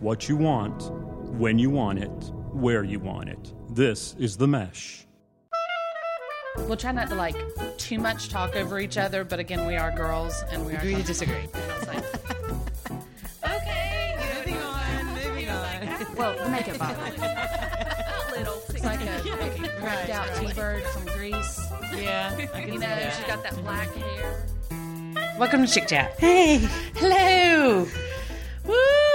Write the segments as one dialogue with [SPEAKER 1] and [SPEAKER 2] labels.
[SPEAKER 1] what you want, when you want it, where you want it. This is The Mesh.
[SPEAKER 2] We'll try not to like too much talk over each other, but again, we are girls and we are.
[SPEAKER 3] Agree to
[SPEAKER 2] talking-
[SPEAKER 3] disagree.
[SPEAKER 2] And I was like,
[SPEAKER 4] Okay, moving on, moving on.
[SPEAKER 2] well, make it bother.
[SPEAKER 4] a little.
[SPEAKER 2] It's like a cracked out T-bird from Greece.
[SPEAKER 3] Yeah. I
[SPEAKER 2] You know, she's got that black hair. Welcome to Chick Chat.
[SPEAKER 3] Hey.
[SPEAKER 2] Hello. Woo!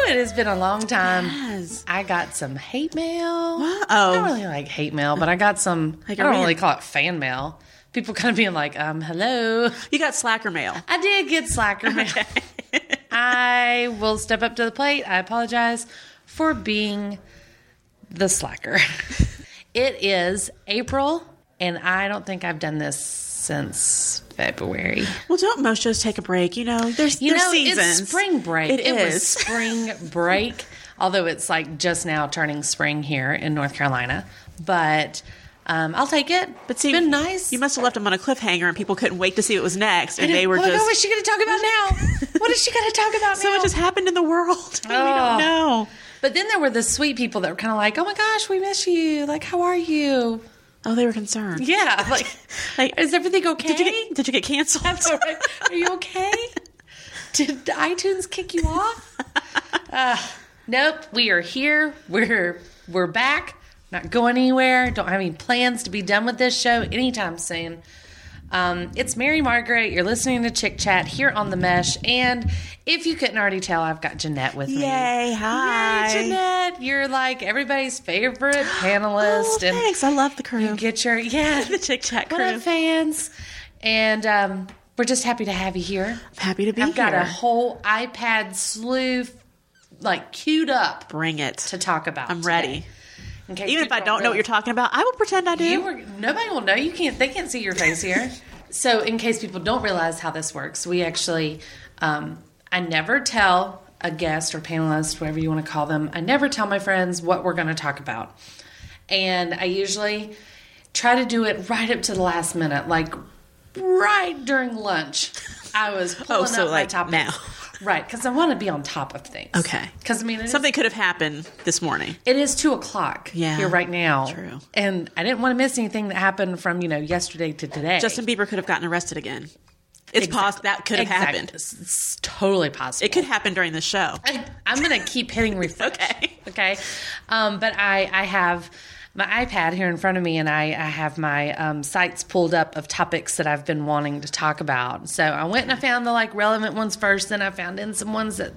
[SPEAKER 2] It has been a long time.
[SPEAKER 3] Yes.
[SPEAKER 2] I got some hate mail.
[SPEAKER 3] Wow.
[SPEAKER 2] I don't really like hate mail, but I got some.
[SPEAKER 3] Like
[SPEAKER 2] I
[SPEAKER 3] a
[SPEAKER 2] don't
[SPEAKER 3] real-
[SPEAKER 2] really call it fan mail. People kind of being like, um, hello.
[SPEAKER 3] You got slacker mail.
[SPEAKER 2] I did get slacker mail. I will step up to the plate. I apologize for being the slacker. it is April, and I don't think I've done this since February.
[SPEAKER 3] Well, don't most shows take a break? You know, there's
[SPEAKER 2] You
[SPEAKER 3] there's
[SPEAKER 2] know,
[SPEAKER 3] seasons.
[SPEAKER 2] it's spring break.
[SPEAKER 3] It
[SPEAKER 2] was
[SPEAKER 3] is.
[SPEAKER 2] spring break, although it's like just now turning spring here in North Carolina. But um, I'll take it.
[SPEAKER 3] But see,
[SPEAKER 2] it's been nice.
[SPEAKER 3] You must have left them on a cliffhanger, and people couldn't wait to see what was next, and they were
[SPEAKER 2] oh my
[SPEAKER 3] just
[SPEAKER 2] God, what's she going to talk about now? what "Oh, is she going to talk about
[SPEAKER 3] so
[SPEAKER 2] now?
[SPEAKER 3] much has happened in the world. and we
[SPEAKER 2] Oh.
[SPEAKER 3] don't know.
[SPEAKER 2] But then there were the sweet people that were kind of like, "Oh my gosh, we miss you. Like, how are you?
[SPEAKER 3] Oh, they were concerned.
[SPEAKER 2] Yeah, like,
[SPEAKER 3] Like,
[SPEAKER 2] is everything okay?
[SPEAKER 3] Did you get, did you get canceled?
[SPEAKER 2] are you okay? Did iTunes kick you off? Uh, nope, we are here. We're we're back. Not going anywhere. Don't have any plans to be done with this show anytime soon. Um, it's Mary Margaret. You're listening to Chick Chat here on the Mesh, and if you couldn't already tell, I've got Jeanette with me.
[SPEAKER 3] Yay! Hi.
[SPEAKER 2] Yay, Jeanette, you're like everybody's favorite
[SPEAKER 3] Oh,
[SPEAKER 2] panelist. and
[SPEAKER 3] thanks. I love the crew.
[SPEAKER 2] get your yeah,
[SPEAKER 3] the Tic Tac
[SPEAKER 2] what
[SPEAKER 3] crew.
[SPEAKER 2] up, fans? And um, we're just happy to have you here.
[SPEAKER 3] I'm happy to be
[SPEAKER 2] I've
[SPEAKER 3] here.
[SPEAKER 2] got a whole iPad slew like queued up
[SPEAKER 3] Bring it.
[SPEAKER 2] to talk about.
[SPEAKER 3] I'm
[SPEAKER 2] today.
[SPEAKER 3] ready.
[SPEAKER 2] In case
[SPEAKER 3] Even if
[SPEAKER 2] people
[SPEAKER 3] I don't know what you're
[SPEAKER 2] really-
[SPEAKER 3] talking about, I will pretend I do.
[SPEAKER 2] you were nobody will know. You can't. They can't see your face here. so, in case people don't realize how this works, we actually, um, I never tell a guest or panelist, whatever you want to call them, I never tell my friends what we're going to talk about, and I usually try to do it right up to the last minute, like right during lunch. I was pulling
[SPEAKER 3] Oh, so
[SPEAKER 2] up
[SPEAKER 3] like
[SPEAKER 2] my topic.
[SPEAKER 3] now.
[SPEAKER 2] Right, because I want to be on top of things.
[SPEAKER 3] Okay.
[SPEAKER 2] Because I mean, it is-
[SPEAKER 3] Something could have happened this morning.
[SPEAKER 2] it is two o'clock
[SPEAKER 3] Yeah.
[SPEAKER 2] here right now.
[SPEAKER 3] True.
[SPEAKER 2] And I didn't want to miss anything that happened from, you know, yesterday to today.
[SPEAKER 3] Justin Bieber could have gotten arrested again. It's possible that could have
[SPEAKER 2] Exactly.
[SPEAKER 3] happened.
[SPEAKER 2] It's, it's totally possible.
[SPEAKER 3] It could happen during the show.
[SPEAKER 2] I, I'm going to keep hitting refresh.
[SPEAKER 3] Okay.
[SPEAKER 2] Okay. Um, but I, I have my iPad here in front of me and I, I have my um, sites pulled up of topics that I've been wanting to talk about. So I went and I found the like relevant ones first, then I found in some ones that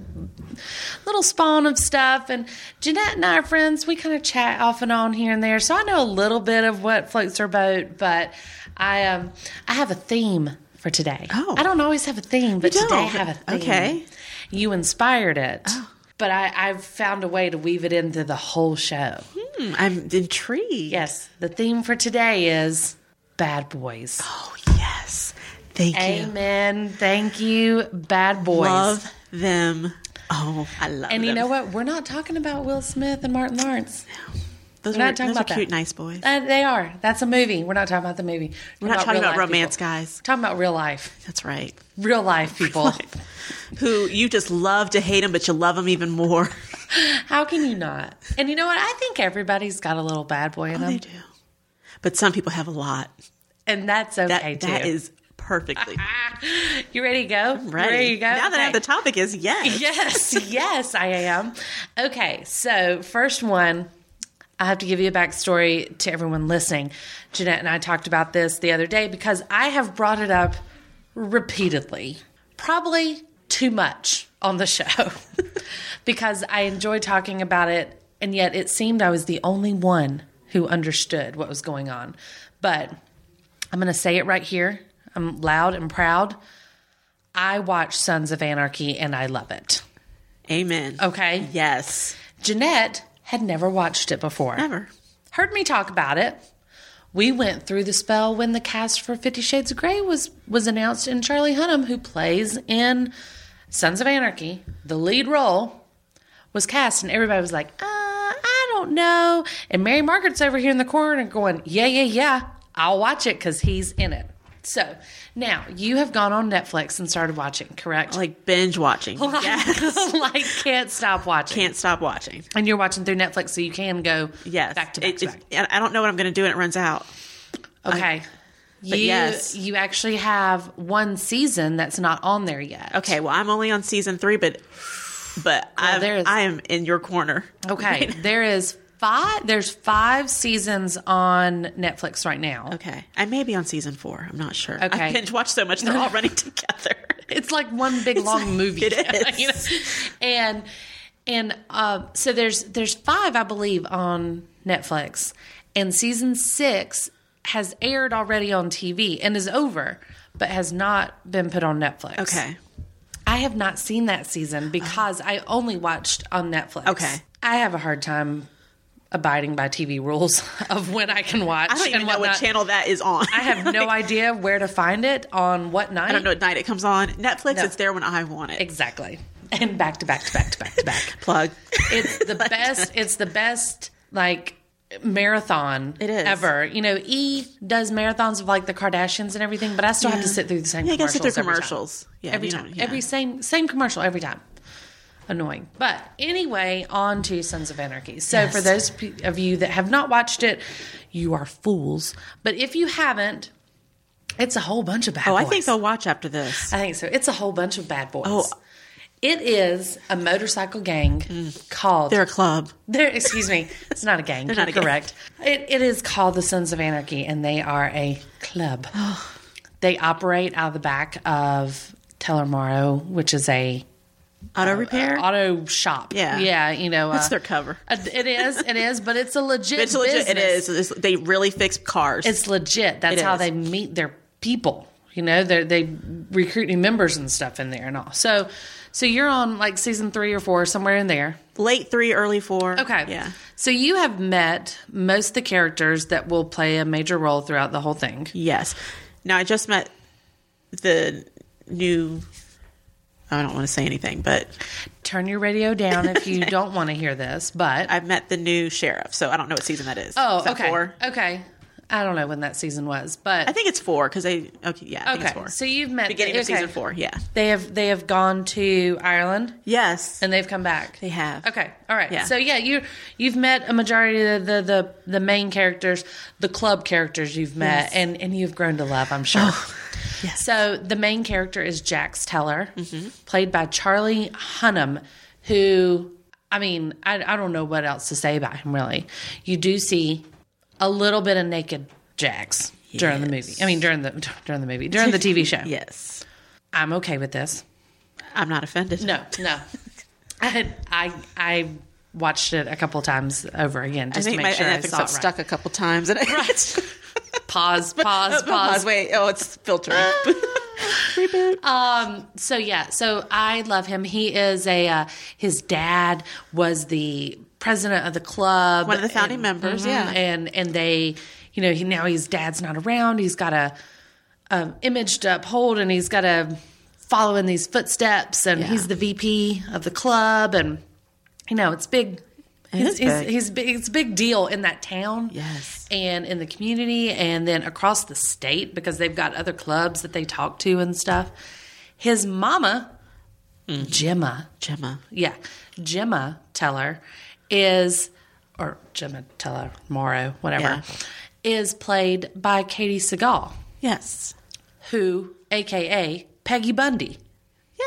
[SPEAKER 2] little spawn of stuff. And Jeanette and I are friends. We kind of chat off and on here and there. So I know a little bit of what floats her boat, but I, um, I have a theme. For today,
[SPEAKER 3] Oh.
[SPEAKER 2] I don't always have a theme, but today I
[SPEAKER 3] don't?
[SPEAKER 2] have a theme.
[SPEAKER 3] Okay. Oh.
[SPEAKER 2] You inspired it. But I, I've found a way to weave it into the whole show.
[SPEAKER 3] Hmm, I'm intrigued.
[SPEAKER 2] Yes, the theme for today is bad boys.
[SPEAKER 3] Oh, yes. Thank you.
[SPEAKER 2] Amen. Thank you, bad boys.
[SPEAKER 3] Love them. Oh, I love
[SPEAKER 2] and you
[SPEAKER 3] them.
[SPEAKER 2] know what? We're not talking about Will Smith and Martin Lawrence.
[SPEAKER 3] Those
[SPEAKER 2] We're
[SPEAKER 3] are,
[SPEAKER 2] not talking
[SPEAKER 3] those
[SPEAKER 2] about
[SPEAKER 3] are cute,
[SPEAKER 2] that.
[SPEAKER 3] nice boys.
[SPEAKER 2] Uh, they are. That's a movie. We're not talking about the movie.
[SPEAKER 3] We're not talking
[SPEAKER 2] real-life
[SPEAKER 3] about romance,
[SPEAKER 2] people.
[SPEAKER 3] guys.
[SPEAKER 2] We're talking about real life.
[SPEAKER 3] That's right.
[SPEAKER 2] Real life people.
[SPEAKER 3] Who you just love to hate them, but you love them even more.
[SPEAKER 2] How can you not? And you know what? I think everybody's got a little bad boy in
[SPEAKER 3] Oh, they
[SPEAKER 2] them.
[SPEAKER 3] do. But some people have a lot.
[SPEAKER 2] And that's okay
[SPEAKER 3] That,
[SPEAKER 2] too.
[SPEAKER 3] that is perfectly
[SPEAKER 2] you ready to go?
[SPEAKER 3] ready.
[SPEAKER 2] Ready to go?
[SPEAKER 3] Now that I
[SPEAKER 2] Okay.
[SPEAKER 3] know the topic is yes.
[SPEAKER 2] yes, yes, I am. Okay, so first one, I have to give you a backstory to everyone listening. Jeanette and I talked about this the other day because I have brought it up repeatedly, probably too much on the show because I enjoy talking about it, and yet it seemed I was the only one who understood what was going on. But I'm going to say it right here. I'm loud and proud. I watch Sons of Anarchy and I love it.
[SPEAKER 3] Amen.
[SPEAKER 2] Okay.
[SPEAKER 3] Yes.
[SPEAKER 2] Jeanette had never watched it before.
[SPEAKER 3] Never.
[SPEAKER 2] Heard me talk about it. We went through the spell when the cast for Fifty Shades of Grey was was announced, and Charlie Hunnam, who plays in Sons of Anarchy, the lead role, was cast, and everybody was like, uh, I don't know. And Mary Margaret's over here in the corner going, Yeah, yeah, yeah, I'll watch it because he's in it. So now you have gone on Netflix and started watching, correct?
[SPEAKER 3] Like binge watching.
[SPEAKER 2] like,
[SPEAKER 3] yes.
[SPEAKER 2] like can't stop watching.
[SPEAKER 3] Can't stop watching.
[SPEAKER 2] And you're watching through Netflix, so you can go
[SPEAKER 3] Yes.
[SPEAKER 2] back to back
[SPEAKER 3] It-
[SPEAKER 2] to
[SPEAKER 3] it's-
[SPEAKER 2] back.
[SPEAKER 3] and I don't know what I'm going to do when it runs out.
[SPEAKER 2] Okay. you,
[SPEAKER 3] but yes.
[SPEAKER 2] you actually have one season that's not on there yet.
[SPEAKER 3] Okay, well, I'm only on season three, but but
[SPEAKER 2] there's-
[SPEAKER 3] I'm, I am in your corner.
[SPEAKER 2] Okay. There is five there's five seasons on Netflix right now.
[SPEAKER 3] Okay, I may be on season four. I'm not sure.
[SPEAKER 2] Okay.
[SPEAKER 3] I binge watch so much; they're all running together.
[SPEAKER 2] It's like one big long movie.
[SPEAKER 3] it is.
[SPEAKER 2] You know? And and uh, so there's there's five I believe on Netflix, and season six has aired already on TV and is over, but has not been put on Netflix.
[SPEAKER 3] Okay,
[SPEAKER 2] I have not seen that season because I only watched on Netflix.
[SPEAKER 3] Okay.
[SPEAKER 2] I have a hard time abiding by TV rules of when I can watch.
[SPEAKER 3] I don't even
[SPEAKER 2] and
[SPEAKER 3] know what
[SPEAKER 2] whatnot.
[SPEAKER 3] channel that is on.
[SPEAKER 2] I have no idea where to find it on what night.
[SPEAKER 3] I don't know what night it comes on. Netflix,
[SPEAKER 2] No.
[SPEAKER 3] it's there when I want it.
[SPEAKER 2] exactly. And back to back to back to back to back.
[SPEAKER 3] Plug.
[SPEAKER 2] It's the best. It's the best like marathon
[SPEAKER 3] It is.
[SPEAKER 2] ever. You know, E does marathons of like the Kardashians and everything, but I still have to sit through the same.
[SPEAKER 3] Yeah, you gotta
[SPEAKER 2] commercials
[SPEAKER 3] sit through
[SPEAKER 2] every time.
[SPEAKER 3] commercials. Yeah,
[SPEAKER 2] every
[SPEAKER 3] you
[SPEAKER 2] time.
[SPEAKER 3] don't- yeah.
[SPEAKER 2] Every same same commercial every time. Annoying, but anyway, on to Sons of Anarchy. So for those p- of you that have not watched it, you are fools. But if you haven't, it's a whole bunch of bad.
[SPEAKER 3] Oh,
[SPEAKER 2] boys.
[SPEAKER 3] I think they'll watch after this.
[SPEAKER 2] I think so. It's a whole bunch of bad boys.
[SPEAKER 3] Oh.
[SPEAKER 2] It is a motorcycle gang called
[SPEAKER 3] Mm. They're a club.
[SPEAKER 2] there, excuse me. It's not a gang. You're
[SPEAKER 3] not a gang.
[SPEAKER 2] correct. It, it is called the Sons of Anarchy, and they are a club.
[SPEAKER 3] Oh.
[SPEAKER 2] they operate out of the back of Teller Morrow, which is a Oh, uh,
[SPEAKER 3] Auto repair.
[SPEAKER 2] auto shop.
[SPEAKER 3] Yeah.
[SPEAKER 2] yeah. You know,
[SPEAKER 3] That's
[SPEAKER 2] uh,
[SPEAKER 3] their cover.
[SPEAKER 2] uh, It is. It is. But it's a legit.
[SPEAKER 3] it's legit. It
[SPEAKER 2] business.
[SPEAKER 3] is. It's- they really fix cars.
[SPEAKER 2] It's legit. That's
[SPEAKER 3] It
[SPEAKER 2] how
[SPEAKER 3] is.
[SPEAKER 2] they meet their people. You know, they they recruit new members and stuff in there and all. So, so you're on like season three or four, somewhere in there.
[SPEAKER 3] late three, early four.
[SPEAKER 2] Okay.
[SPEAKER 3] Yeah.
[SPEAKER 2] So you have met most of the characters that will play a major role throughout the whole thing.
[SPEAKER 3] Yes. Now I just met the new. I don't want to say anything, but
[SPEAKER 2] Turn your radio down if you don't want to hear this, but
[SPEAKER 3] I've met the new sheriff, so I don't know what season that is.
[SPEAKER 2] oh,
[SPEAKER 3] Is that
[SPEAKER 2] okay,
[SPEAKER 3] Four?
[SPEAKER 2] okay. I don't know when that season was, but
[SPEAKER 3] I think it's four because they. Okay, yeah, I think it's
[SPEAKER 2] okay.
[SPEAKER 3] four.
[SPEAKER 2] So you've met
[SPEAKER 3] Beginning of
[SPEAKER 2] okay.
[SPEAKER 3] season four, yeah.
[SPEAKER 2] They have they have gone to Ireland
[SPEAKER 3] Yes,
[SPEAKER 2] and they've come back.
[SPEAKER 3] they have.
[SPEAKER 2] Okay, all right.
[SPEAKER 3] Yeah.
[SPEAKER 2] So yeah, you you've met a majority of the the the, the main characters, the club characters you've met,
[SPEAKER 3] Yes. Oh,
[SPEAKER 2] and and you've grown to love, I'm sure. So the main character is Jax Teller,
[SPEAKER 3] Mm-hmm.
[SPEAKER 2] played by Charlie Hunnam, who I mean I I don't know what else to say about him really. You do see a little bit of naked Jax during the movie. I mean during the during the movie during the TV show.
[SPEAKER 3] Yes,
[SPEAKER 2] I'm okay with this.
[SPEAKER 3] I'm not offended.
[SPEAKER 2] No, no. I had, I I watched it a couple times over again
[SPEAKER 3] I
[SPEAKER 2] just to
[SPEAKER 3] think
[SPEAKER 2] make
[SPEAKER 3] my
[SPEAKER 2] sure I
[SPEAKER 3] Netflix
[SPEAKER 2] saw it
[SPEAKER 3] got
[SPEAKER 2] right.
[SPEAKER 3] stuck a couple times. And I, right.
[SPEAKER 2] Pause, pause, pause.
[SPEAKER 3] Wait. Oh, it's filtering.
[SPEAKER 2] So yeah, so I love him. He is a uh, his dad was the president of the club,
[SPEAKER 3] One of the founding
[SPEAKER 2] and-
[SPEAKER 3] members,
[SPEAKER 2] Mhm,
[SPEAKER 3] yeah.
[SPEAKER 2] and and they, you know, he now his dad's not around. He's got a, a image to uphold, and he's got to follow in these footsteps. And he's the VP of the club, and you know, it's big. he's,
[SPEAKER 3] is
[SPEAKER 2] He's,
[SPEAKER 3] big.
[SPEAKER 2] he's big. It's a big deal in that town,
[SPEAKER 3] Yes.
[SPEAKER 2] and in the community, and then across the state because they've got other clubs that they talk to and stuff. His mama,
[SPEAKER 3] Mm-hmm.
[SPEAKER 2] Gemma,
[SPEAKER 3] Gemma.
[SPEAKER 2] yeah, Gemma Teller is, or Gemma Teller Morrow, whatever,
[SPEAKER 3] Yeah.
[SPEAKER 2] is played by Katie Seagal,
[SPEAKER 3] Yes.
[SPEAKER 2] who, AKA Peggy Bundy.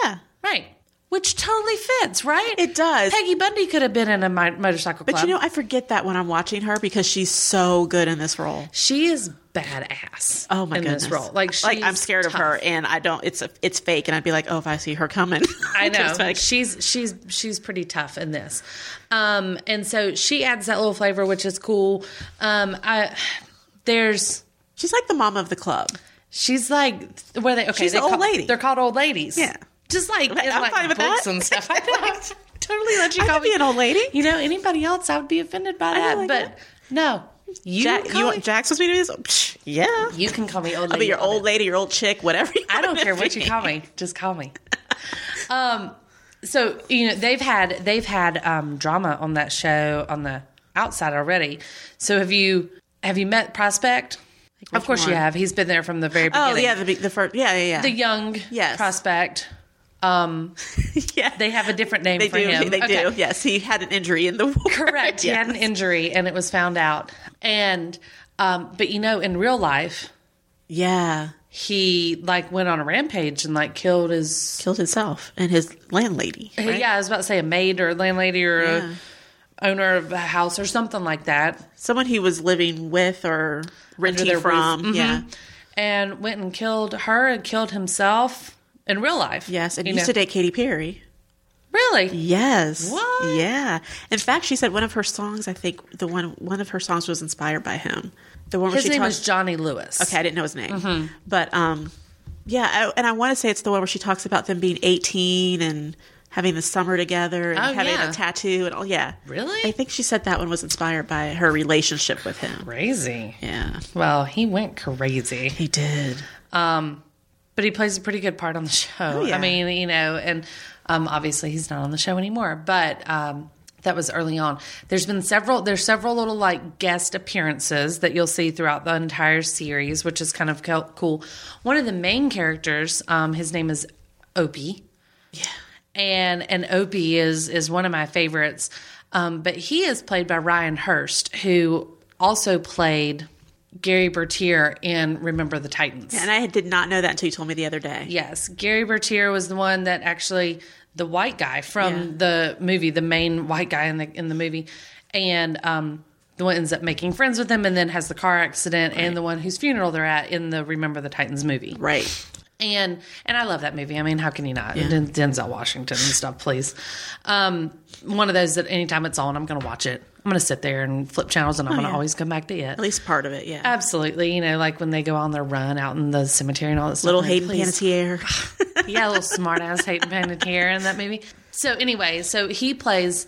[SPEAKER 3] Yeah.
[SPEAKER 2] Right. Which totally fits, right?
[SPEAKER 3] It does.
[SPEAKER 2] Peggy Bundy could have been in a mi- motorcycle club.
[SPEAKER 3] But you know, I forget that when I'm watching her because she's so good in this role.
[SPEAKER 2] she is badass.
[SPEAKER 3] Oh my
[SPEAKER 2] in
[SPEAKER 3] goodness!
[SPEAKER 2] This role. Like,
[SPEAKER 3] like I'm
[SPEAKER 2] she's
[SPEAKER 3] scared of
[SPEAKER 2] tough.
[SPEAKER 3] her, and I don't. It's a, it's fake, and I'd be like, oh, if I see her coming,
[SPEAKER 2] I know
[SPEAKER 3] Just like-
[SPEAKER 2] she's she's she's pretty tough in this, um, and so she adds that little flavor, which is cool. Um, I there's
[SPEAKER 3] she's like the mama of the club.
[SPEAKER 2] she's like where they okay
[SPEAKER 3] She's
[SPEAKER 2] they
[SPEAKER 3] an old
[SPEAKER 2] call-
[SPEAKER 3] lady.
[SPEAKER 2] they're called old ladies
[SPEAKER 3] Yeah.
[SPEAKER 2] just like in
[SPEAKER 3] I'm
[SPEAKER 2] like
[SPEAKER 3] fine with
[SPEAKER 2] books
[SPEAKER 3] that.
[SPEAKER 2] and stuff. I know. totally let you
[SPEAKER 3] I
[SPEAKER 2] call
[SPEAKER 3] could be
[SPEAKER 2] me
[SPEAKER 3] an old lady.
[SPEAKER 2] You know anybody else? I would be offended by that,
[SPEAKER 3] like
[SPEAKER 2] but
[SPEAKER 3] that.
[SPEAKER 2] no, you
[SPEAKER 3] Jack,
[SPEAKER 2] call
[SPEAKER 3] you
[SPEAKER 2] me,
[SPEAKER 3] want Jack's supposed to be doing this? Psh, yeah,
[SPEAKER 2] you can call me old lady.
[SPEAKER 3] I'll be your
[SPEAKER 2] all
[SPEAKER 3] old lady, your old chick, whatever. You
[SPEAKER 2] I don't
[SPEAKER 3] wanna
[SPEAKER 2] care what
[SPEAKER 3] be.
[SPEAKER 2] you call me. Just call me. Um, so you know they've had they've had um, drama on that show on the outside already. So have you have you met Prospect?
[SPEAKER 5] think
[SPEAKER 2] Of
[SPEAKER 5] which
[SPEAKER 2] course you
[SPEAKER 5] one.
[SPEAKER 2] have. He's been there from the very beginning.
[SPEAKER 3] Oh yeah, the be- the first yeah yeah yeah
[SPEAKER 2] the young
[SPEAKER 3] Yes.
[SPEAKER 2] prospect. Um,
[SPEAKER 3] yeah
[SPEAKER 2] they have a different name
[SPEAKER 3] they
[SPEAKER 2] for
[SPEAKER 3] do
[SPEAKER 2] him.
[SPEAKER 3] they
[SPEAKER 2] Okay.
[SPEAKER 3] do yes he had an injury in the war.
[SPEAKER 2] Correct. He had an
[SPEAKER 3] Yes.
[SPEAKER 2] injury, and it was found out. And um, but you know, in real life,
[SPEAKER 3] yeah
[SPEAKER 2] he like went on a rampage and like killed his
[SPEAKER 3] killed himself and his landlady right?
[SPEAKER 2] Yeah, I was about to say a maid or a landlady or
[SPEAKER 3] Yeah.
[SPEAKER 2] a owner of a house or something like that,
[SPEAKER 3] someone he was living with or renting
[SPEAKER 2] their
[SPEAKER 3] from
[SPEAKER 2] roof. Mhm.
[SPEAKER 3] yeah
[SPEAKER 2] and went and killed her and killed himself in real life.
[SPEAKER 3] yes and
[SPEAKER 2] You
[SPEAKER 3] used
[SPEAKER 2] know.
[SPEAKER 3] to date Katy Perry
[SPEAKER 2] Really?
[SPEAKER 3] Yes.
[SPEAKER 2] What?
[SPEAKER 3] Yeah. In fact, she said one of her songs. I think the one one of her songs was inspired by him. The one where
[SPEAKER 2] His
[SPEAKER 3] she
[SPEAKER 2] name Mm-hmm.
[SPEAKER 3] talks-
[SPEAKER 2] was Johnny Lewis.
[SPEAKER 3] Okay, I didn't know his name, but um, yeah, I, and I want to say it's the one where she talks about them being eighteen and having the summer together and
[SPEAKER 2] Oh,
[SPEAKER 3] having
[SPEAKER 2] yeah.
[SPEAKER 3] a tattoo and all. Yeah.
[SPEAKER 2] Really?
[SPEAKER 3] I think she said that one was inspired by her relationship with him.
[SPEAKER 2] Crazy.
[SPEAKER 3] Yeah.
[SPEAKER 2] Well, he went crazy.
[SPEAKER 3] He did.
[SPEAKER 2] but he plays a pretty good part on the show.
[SPEAKER 3] yeah.
[SPEAKER 2] I mean, you know, and um, obviously he's not on the show anymore, but um, that was early on. There's been several. There's several little like guest appearances that you'll see throughout the entire series, which is kind of co- cool. One of the main characters, um, his name is Opie. Yeah, and and Opie is is one of my favorites, um, but he is played by Ryan Hurst, who also played. Gary Bertier in Remember the Titans.
[SPEAKER 3] And I did not know that until you told me the other day.
[SPEAKER 2] Yes, Gary Bertier was the one that actually the white guy from the movie, the main white guy in the in the movie, and um, the one ends up making friends with him, and then has the car accident, and the one whose funeral they're at in the Remember the Titans movie,
[SPEAKER 3] Right.
[SPEAKER 2] and and I love that movie. I mean, how can you not? Den- Denzel Washington and stuff, please. Um, one of those that anytime it's on, I'm going to watch it. I'm going to sit there and flip channels, and I'm going to
[SPEAKER 3] Oh, yeah.
[SPEAKER 2] always come back to it.
[SPEAKER 3] At least part of it. Yeah.
[SPEAKER 2] Oh, Absolutely, you know, like when they go on their run out in the cemetery and all that stuff.
[SPEAKER 3] Little
[SPEAKER 2] I'm like,
[SPEAKER 3] Hayden
[SPEAKER 2] please,
[SPEAKER 3] Panettiere.
[SPEAKER 2] yeah, a little smart ass Hayden Panettiere in that movie. So anyway, so he plays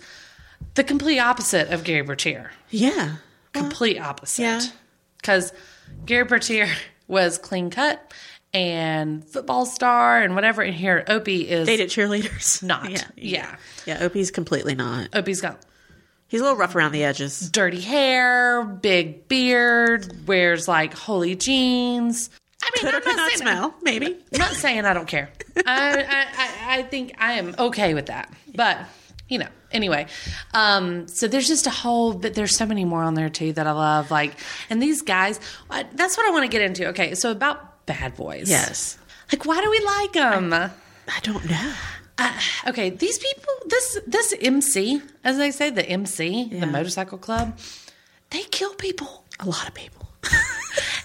[SPEAKER 2] the complete opposite of Gary Bertier.
[SPEAKER 3] yeah.
[SPEAKER 2] Complete opposite.
[SPEAKER 3] yeah.
[SPEAKER 2] Because Gary Bertier was clean cut and football star and whatever, and here Opie is
[SPEAKER 3] Dated cheerleaders.
[SPEAKER 2] not.
[SPEAKER 3] Yeah.
[SPEAKER 2] yeah.
[SPEAKER 3] Yeah. Opie's completely not.
[SPEAKER 2] Opie's got
[SPEAKER 3] He's a little rough around the edges.
[SPEAKER 2] dirty hair, big beard, wears like holy jeans. I mean,
[SPEAKER 3] Could or
[SPEAKER 2] I'm
[SPEAKER 3] could
[SPEAKER 2] not
[SPEAKER 3] not
[SPEAKER 2] saying
[SPEAKER 3] smell, maybe.
[SPEAKER 2] I'm not saying I don't care. I, I, I, I think I am okay with that. But, you know, anyway. Um, so there's just a whole, but there's so many more on there too that I love. Like, and these guys, I, that's what I want to get into. Okay. So about bad boys.
[SPEAKER 3] Yes.
[SPEAKER 2] Like, why do we like them?
[SPEAKER 3] I don't know.
[SPEAKER 2] Okay. These people, this, this MC, as they say, the MC, the motorcycle club, they kill people.
[SPEAKER 3] A lot of people.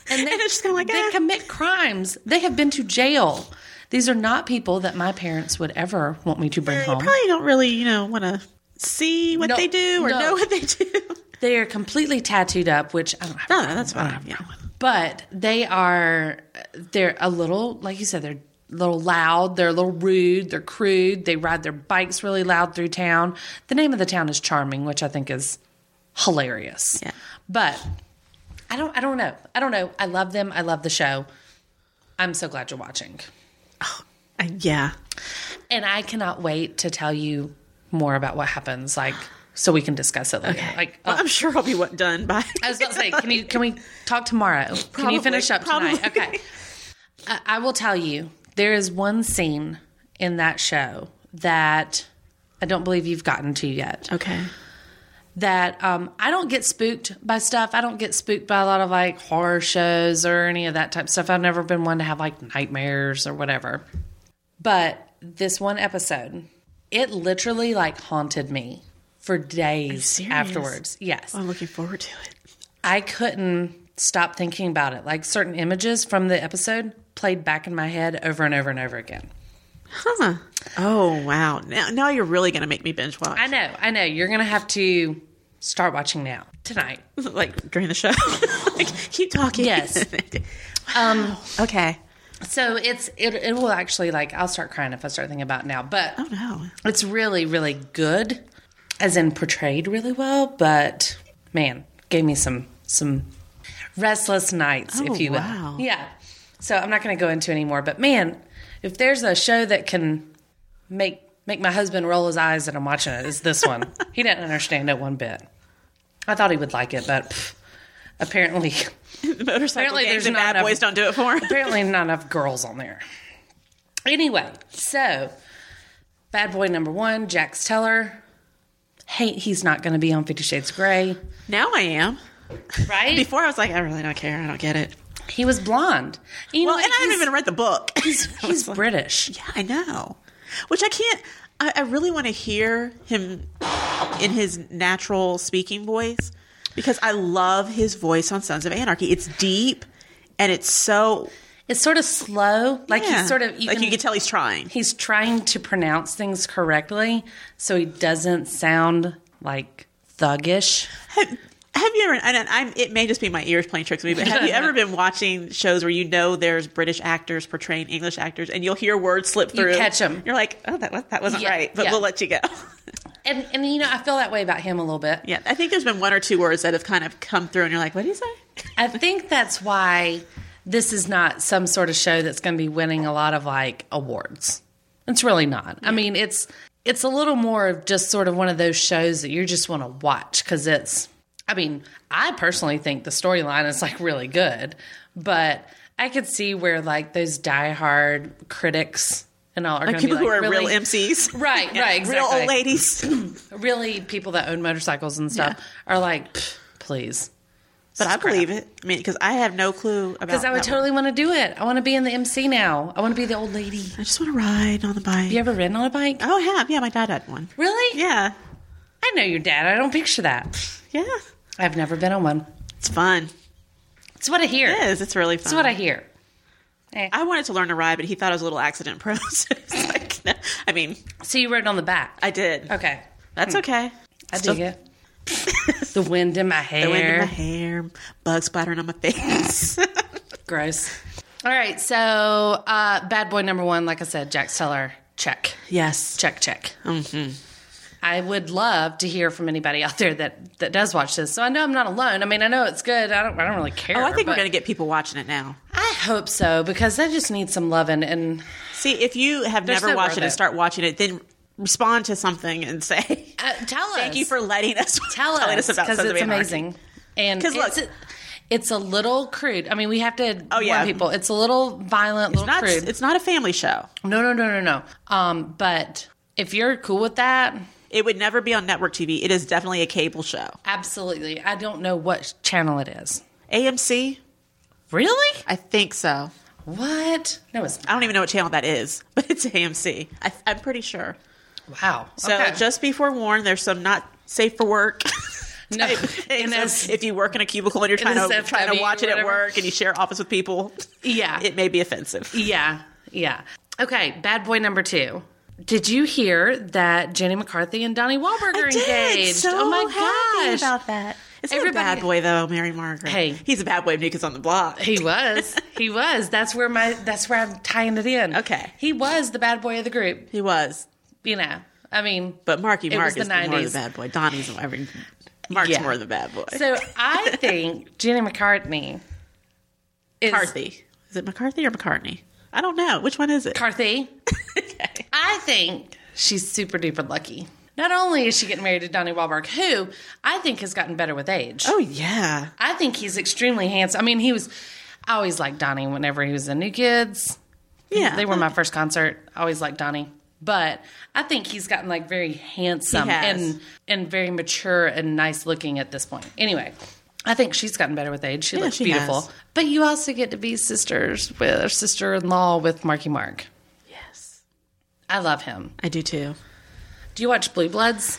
[SPEAKER 2] And they,
[SPEAKER 3] And it's just kinda like,
[SPEAKER 2] they
[SPEAKER 3] eh.
[SPEAKER 2] commit crimes. They have been to jail. These are not people that my parents would ever want me to bring
[SPEAKER 3] You
[SPEAKER 2] home.
[SPEAKER 3] probably don't really, you know, want to see what
[SPEAKER 2] No,
[SPEAKER 3] they do or
[SPEAKER 2] no.
[SPEAKER 3] know what they do.
[SPEAKER 2] They are completely tattooed up, which I don't have.
[SPEAKER 3] No, no, that's fine. Yeah.
[SPEAKER 2] But they are, they're a little, like you said, they're a little loud, they're a little rude, they're crude, they ride their bikes really loud through town. The name of the town is Charming, which I think is hilarious.
[SPEAKER 3] Yeah.
[SPEAKER 2] But I don't, I don't know. I don't know. I love them. I love the show. I'm so glad you're watching.
[SPEAKER 3] Uh, yeah.
[SPEAKER 2] And I cannot wait to tell you more about what happens, like so we can discuss it later. Like
[SPEAKER 3] Well,
[SPEAKER 2] uh,
[SPEAKER 3] I'm sure I'll be what done by.
[SPEAKER 2] I was about to say, can you can we talk tomorrow? can you finish up
[SPEAKER 3] Probably,
[SPEAKER 2] tonight? Okay. I, I will tell you, there is one scene in that show that I don't believe you've gotten to yet.
[SPEAKER 3] Okay.
[SPEAKER 2] That um, I don't get spooked by stuff. I don't get spooked by a lot of like horror shows or any of that type of stuff. I've never been one to have like nightmares or whatever. But this one episode, it literally like haunted me for days
[SPEAKER 3] serious?
[SPEAKER 2] afterwards. Yes.
[SPEAKER 3] I'm looking forward to it.
[SPEAKER 2] I couldn't stop thinking about it. Like certain images from the episode played back in my head over and over and over again.
[SPEAKER 3] Huh. Oh, wow. Now, now you're really going to make me binge watch.
[SPEAKER 2] I know, I know. You're going to have to start watching now, tonight.
[SPEAKER 3] like during the show. like, keep talking.
[SPEAKER 2] Yes.
[SPEAKER 3] um, okay.
[SPEAKER 2] So it's, it, it will actually, like, I'll start crying if I start thinking about it now. But
[SPEAKER 3] Oh, no.
[SPEAKER 2] it's really, really good, as in portrayed really well. But man, gave me some, some restless nights,
[SPEAKER 3] Oh,
[SPEAKER 2] if you will.
[SPEAKER 3] wow.
[SPEAKER 2] Yeah. So I'm not going to go into anymore. But man, if there's a show that can make make my husband roll his eyes that I'm watching it, it's this one. he didn't understand it one bit. I thought he would like it, but pff, Apparently,
[SPEAKER 3] The motorcycle
[SPEAKER 2] Apparently
[SPEAKER 3] gangs
[SPEAKER 2] there's
[SPEAKER 3] and
[SPEAKER 2] not
[SPEAKER 3] bad
[SPEAKER 2] enough-
[SPEAKER 3] boys don't do it for him.
[SPEAKER 2] apparently not enough girls on there. Anyway, so bad boy number one, Jax Teller. Hey, he's not going to be on Fifty Shades of Grey,
[SPEAKER 3] Now I am.
[SPEAKER 2] right?
[SPEAKER 3] Before I was like, I really don't care. I don't get it.
[SPEAKER 2] he was blonde. You
[SPEAKER 3] Well,
[SPEAKER 2] know,
[SPEAKER 3] and I haven't
[SPEAKER 2] he's-
[SPEAKER 3] even read the book.
[SPEAKER 2] He's, he's British.
[SPEAKER 3] Yeah, I know. Which I can't. I, I really want to hear him in his natural speaking voice because I love his voice on Sons of Anarchy. It's deep and it's so
[SPEAKER 2] It's sort of slow. Like
[SPEAKER 3] yeah.
[SPEAKER 2] he's sort of you
[SPEAKER 3] like
[SPEAKER 2] can,
[SPEAKER 3] you can tell he's trying.
[SPEAKER 2] he's trying to pronounce things correctly, so he doesn't sound like thuggish.
[SPEAKER 3] Have, have you ever? And and I'm, it may just be my ears playing tricks with me, but have you ever been watching shows where you know there's British actors portraying English actors, and you'll hear words slip
[SPEAKER 2] You
[SPEAKER 3] through?
[SPEAKER 2] catch 'em.
[SPEAKER 3] You're like, oh, that was- that wasn't
[SPEAKER 2] Yeah,
[SPEAKER 3] right, but
[SPEAKER 2] yeah.
[SPEAKER 3] we'll let you go.
[SPEAKER 2] And and you know, I feel that way about him a little bit.
[SPEAKER 3] yeah, I think there's been one or two words that have kind of come through, and you're like, what did he say?
[SPEAKER 2] I think that's why this is not some sort of show that's going to be winning a lot of like awards. It's really not. I mean, it's it's a little more of just sort of one of those shows that you just want to watch because it's. I mean, I personally think the storyline is like really good, but I could see where like those diehard critics and all are going to be
[SPEAKER 3] People
[SPEAKER 2] like
[SPEAKER 3] who are
[SPEAKER 2] really,
[SPEAKER 3] real MCs,
[SPEAKER 2] Right, right,
[SPEAKER 3] real
[SPEAKER 2] exactly.
[SPEAKER 3] old ladies.
[SPEAKER 2] really people that own motorcycles and stuff are like, "Pfft, please.
[SPEAKER 3] But I believe it. I mean, because I have no clue about.
[SPEAKER 2] Because I would
[SPEAKER 3] that one.
[SPEAKER 2] totally want to do it. I want to be in the MC now. I want to be the old lady.
[SPEAKER 3] I just want to ride on the bike.
[SPEAKER 2] You ever ridden on a bike?
[SPEAKER 3] oh, I have. Yeah, my dad had one.
[SPEAKER 2] Really?
[SPEAKER 3] Yeah,
[SPEAKER 2] I know your dad. I don't picture that.
[SPEAKER 3] yeah.
[SPEAKER 2] I've never been on one.
[SPEAKER 3] It's fun.
[SPEAKER 2] It's what I hear.
[SPEAKER 3] It is. It's really fun.
[SPEAKER 2] It's what I hear.
[SPEAKER 3] I wanted to learn to ride, but he thought I was a little accident prone. So it's like, no. I mean,
[SPEAKER 2] So you rode on the back.
[SPEAKER 3] I did.
[SPEAKER 2] okay.
[SPEAKER 3] That's okay.
[SPEAKER 2] I
[SPEAKER 3] Still-
[SPEAKER 2] dig it. the wind in my hair.
[SPEAKER 3] The wind in my hair, bugs splattering on my face.
[SPEAKER 2] Gross. All right. So, uh, bad boy number one, like I said, Jack Seller. Check.
[SPEAKER 3] yes. Mm-hmm.
[SPEAKER 2] check check i would love to hear from anybody out there that that does watch this so i know i'm not alone i mean i know it's good i don't i don't really care
[SPEAKER 3] Oh, I think we're
[SPEAKER 2] but
[SPEAKER 3] going to get people watching it now.
[SPEAKER 2] i hope so because i just need some loving and
[SPEAKER 3] See, if you have
[SPEAKER 2] There's
[SPEAKER 3] never
[SPEAKER 2] no
[SPEAKER 3] watched
[SPEAKER 2] worth
[SPEAKER 3] it and
[SPEAKER 2] it.
[SPEAKER 3] start watching it, then respond to something and say,
[SPEAKER 2] uh, tell us
[SPEAKER 3] thank you for letting us
[SPEAKER 2] tell
[SPEAKER 3] telling
[SPEAKER 2] us
[SPEAKER 3] us, about
[SPEAKER 2] because
[SPEAKER 3] Sons of
[SPEAKER 2] it's
[SPEAKER 3] Anarchy.
[SPEAKER 2] amazing and
[SPEAKER 3] 'Cause look-
[SPEAKER 2] it's, it's a little crude i mean we have to
[SPEAKER 3] Oh, yeah.
[SPEAKER 2] warn people it's a little violent little
[SPEAKER 3] It's not,
[SPEAKER 2] crude
[SPEAKER 3] it's not a family show.
[SPEAKER 2] no no no no no um but if you're cool with that
[SPEAKER 3] It would never be on network TV. It is definitely a cable show.
[SPEAKER 2] absolutely i don't know what channel it is
[SPEAKER 3] AMC?
[SPEAKER 2] really
[SPEAKER 3] I think so.
[SPEAKER 2] what no it's
[SPEAKER 3] I don't even know what channel that is, but it's AMC. I, I'm pretty sure.
[SPEAKER 2] Wow.
[SPEAKER 3] So just be forewarned, there's some not safe for work.
[SPEAKER 2] no,
[SPEAKER 3] And
[SPEAKER 2] and as-
[SPEAKER 3] if you work in a cubicle and you're trying to
[SPEAKER 2] NSFW
[SPEAKER 3] trying to watch it at
[SPEAKER 2] whatever.
[SPEAKER 3] work and you share office with people,
[SPEAKER 2] yeah,
[SPEAKER 3] it may be offensive.
[SPEAKER 2] yeah, yeah. Okay, bad boy number two. Did you hear that Jenny McCarthy and Donnie Wahlberg are engaged? oh my gosh!
[SPEAKER 3] that. It's
[SPEAKER 2] Everybody-
[SPEAKER 3] a bad boy though, Mary Margaret.
[SPEAKER 2] Hey.
[SPEAKER 3] he's a bad boy. Nuka's on the block.
[SPEAKER 2] he was, he was. That's where my, that's where I'm tying it in.
[SPEAKER 3] Okay.
[SPEAKER 2] he was the bad boy of the group.
[SPEAKER 3] He was,
[SPEAKER 2] You know, I mean,
[SPEAKER 3] but Marky
[SPEAKER 2] It was
[SPEAKER 3] Mark
[SPEAKER 2] the
[SPEAKER 3] is the more
[SPEAKER 2] 90s.
[SPEAKER 3] the bad boy. Donnie's more- every Mark's
[SPEAKER 2] Yeah.
[SPEAKER 3] more the bad boy.
[SPEAKER 2] so I think Jenny McCartney is
[SPEAKER 3] McCarthy is it McCarthy or McCartney? I don't know which one is it.
[SPEAKER 2] Carthy. I think she's super duper lucky. Not only is she getting married to Donnie Wahlberg, who I think has gotten better with age.
[SPEAKER 3] oh yeah,
[SPEAKER 2] I think he's extremely handsome. I mean, he was. I always liked Donnie whenever he was in New Kids.
[SPEAKER 3] yeah.
[SPEAKER 2] They were my first concert. I always liked Donnie, but I think he's gotten like very handsome
[SPEAKER 3] He has.
[SPEAKER 2] and and very mature and nice looking at this point. Anyway. I think she's gotten better with age. She
[SPEAKER 3] Yeah,
[SPEAKER 2] looks
[SPEAKER 3] she
[SPEAKER 2] beautiful.
[SPEAKER 3] has.
[SPEAKER 2] But you also get to be sisters with or sister in law with Marky Mark.
[SPEAKER 3] Yes,
[SPEAKER 2] I love him.
[SPEAKER 3] I do too.
[SPEAKER 2] Do you watch Blue Bloods?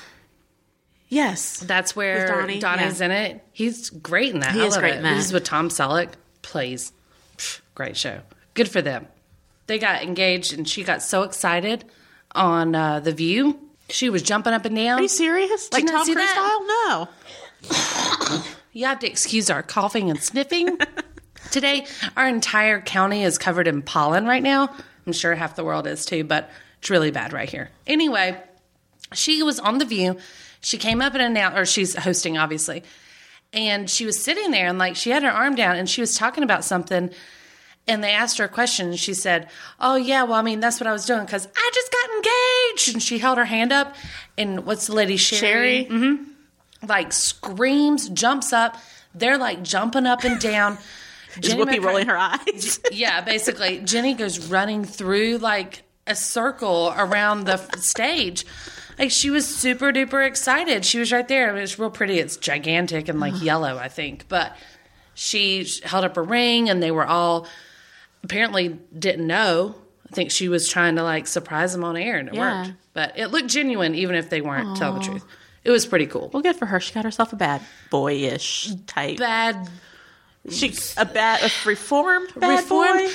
[SPEAKER 3] Yes,
[SPEAKER 2] That's where
[SPEAKER 3] With Donnie?
[SPEAKER 2] Donnie, Donnie's
[SPEAKER 3] Yeah.
[SPEAKER 2] in it. He's great in that.
[SPEAKER 3] He
[SPEAKER 2] I
[SPEAKER 3] is
[SPEAKER 2] love
[SPEAKER 3] great
[SPEAKER 2] it.
[SPEAKER 3] in that.
[SPEAKER 2] He's with Tom Selleck. Plays. Pff, Great show. Good for them. They got engaged and she got so excited on uh, The View. She was jumping up and down.
[SPEAKER 3] Are you
[SPEAKER 2] You,
[SPEAKER 3] serious? Like
[SPEAKER 2] you not
[SPEAKER 3] Tom
[SPEAKER 2] see
[SPEAKER 3] Cruise style? No.
[SPEAKER 2] have to excuse our coughing and sniffing. Today, our entire county is covered in pollen right now. I'm sure half the world is too, but it's really bad right here. Anyway, she was on the view she came up and announced or she's hosting obviously and she was sitting there and like she had her arm down and she was talking about something and they asked her a question and she said oh yeah well i mean that's what i was doing because i just got engaged and she held her hand up and what's the lady sherry,
[SPEAKER 3] Sherry?
[SPEAKER 2] hmm like screams jumps up They're like jumping up and down.
[SPEAKER 3] Is Whoopi rolling her eyes?
[SPEAKER 2] Yeah, basically, Jenny goes running through like a circle around the f- stage. Like she was super duper excited. She was right there. I mean, it's real pretty. It's gigantic and like yellow, I think. But she sh- held up a ring, and they were all apparently didn't know. I think she was trying to like surprise them on air, and it
[SPEAKER 3] Yeah.
[SPEAKER 2] worked. But it looked genuine, even if they weren't telling the truth. It was pretty cool.
[SPEAKER 3] well, good for her. She got herself a bad boyish type.
[SPEAKER 2] Bad,
[SPEAKER 3] She a bad a reformed bad
[SPEAKER 2] Reformed?
[SPEAKER 3] boy.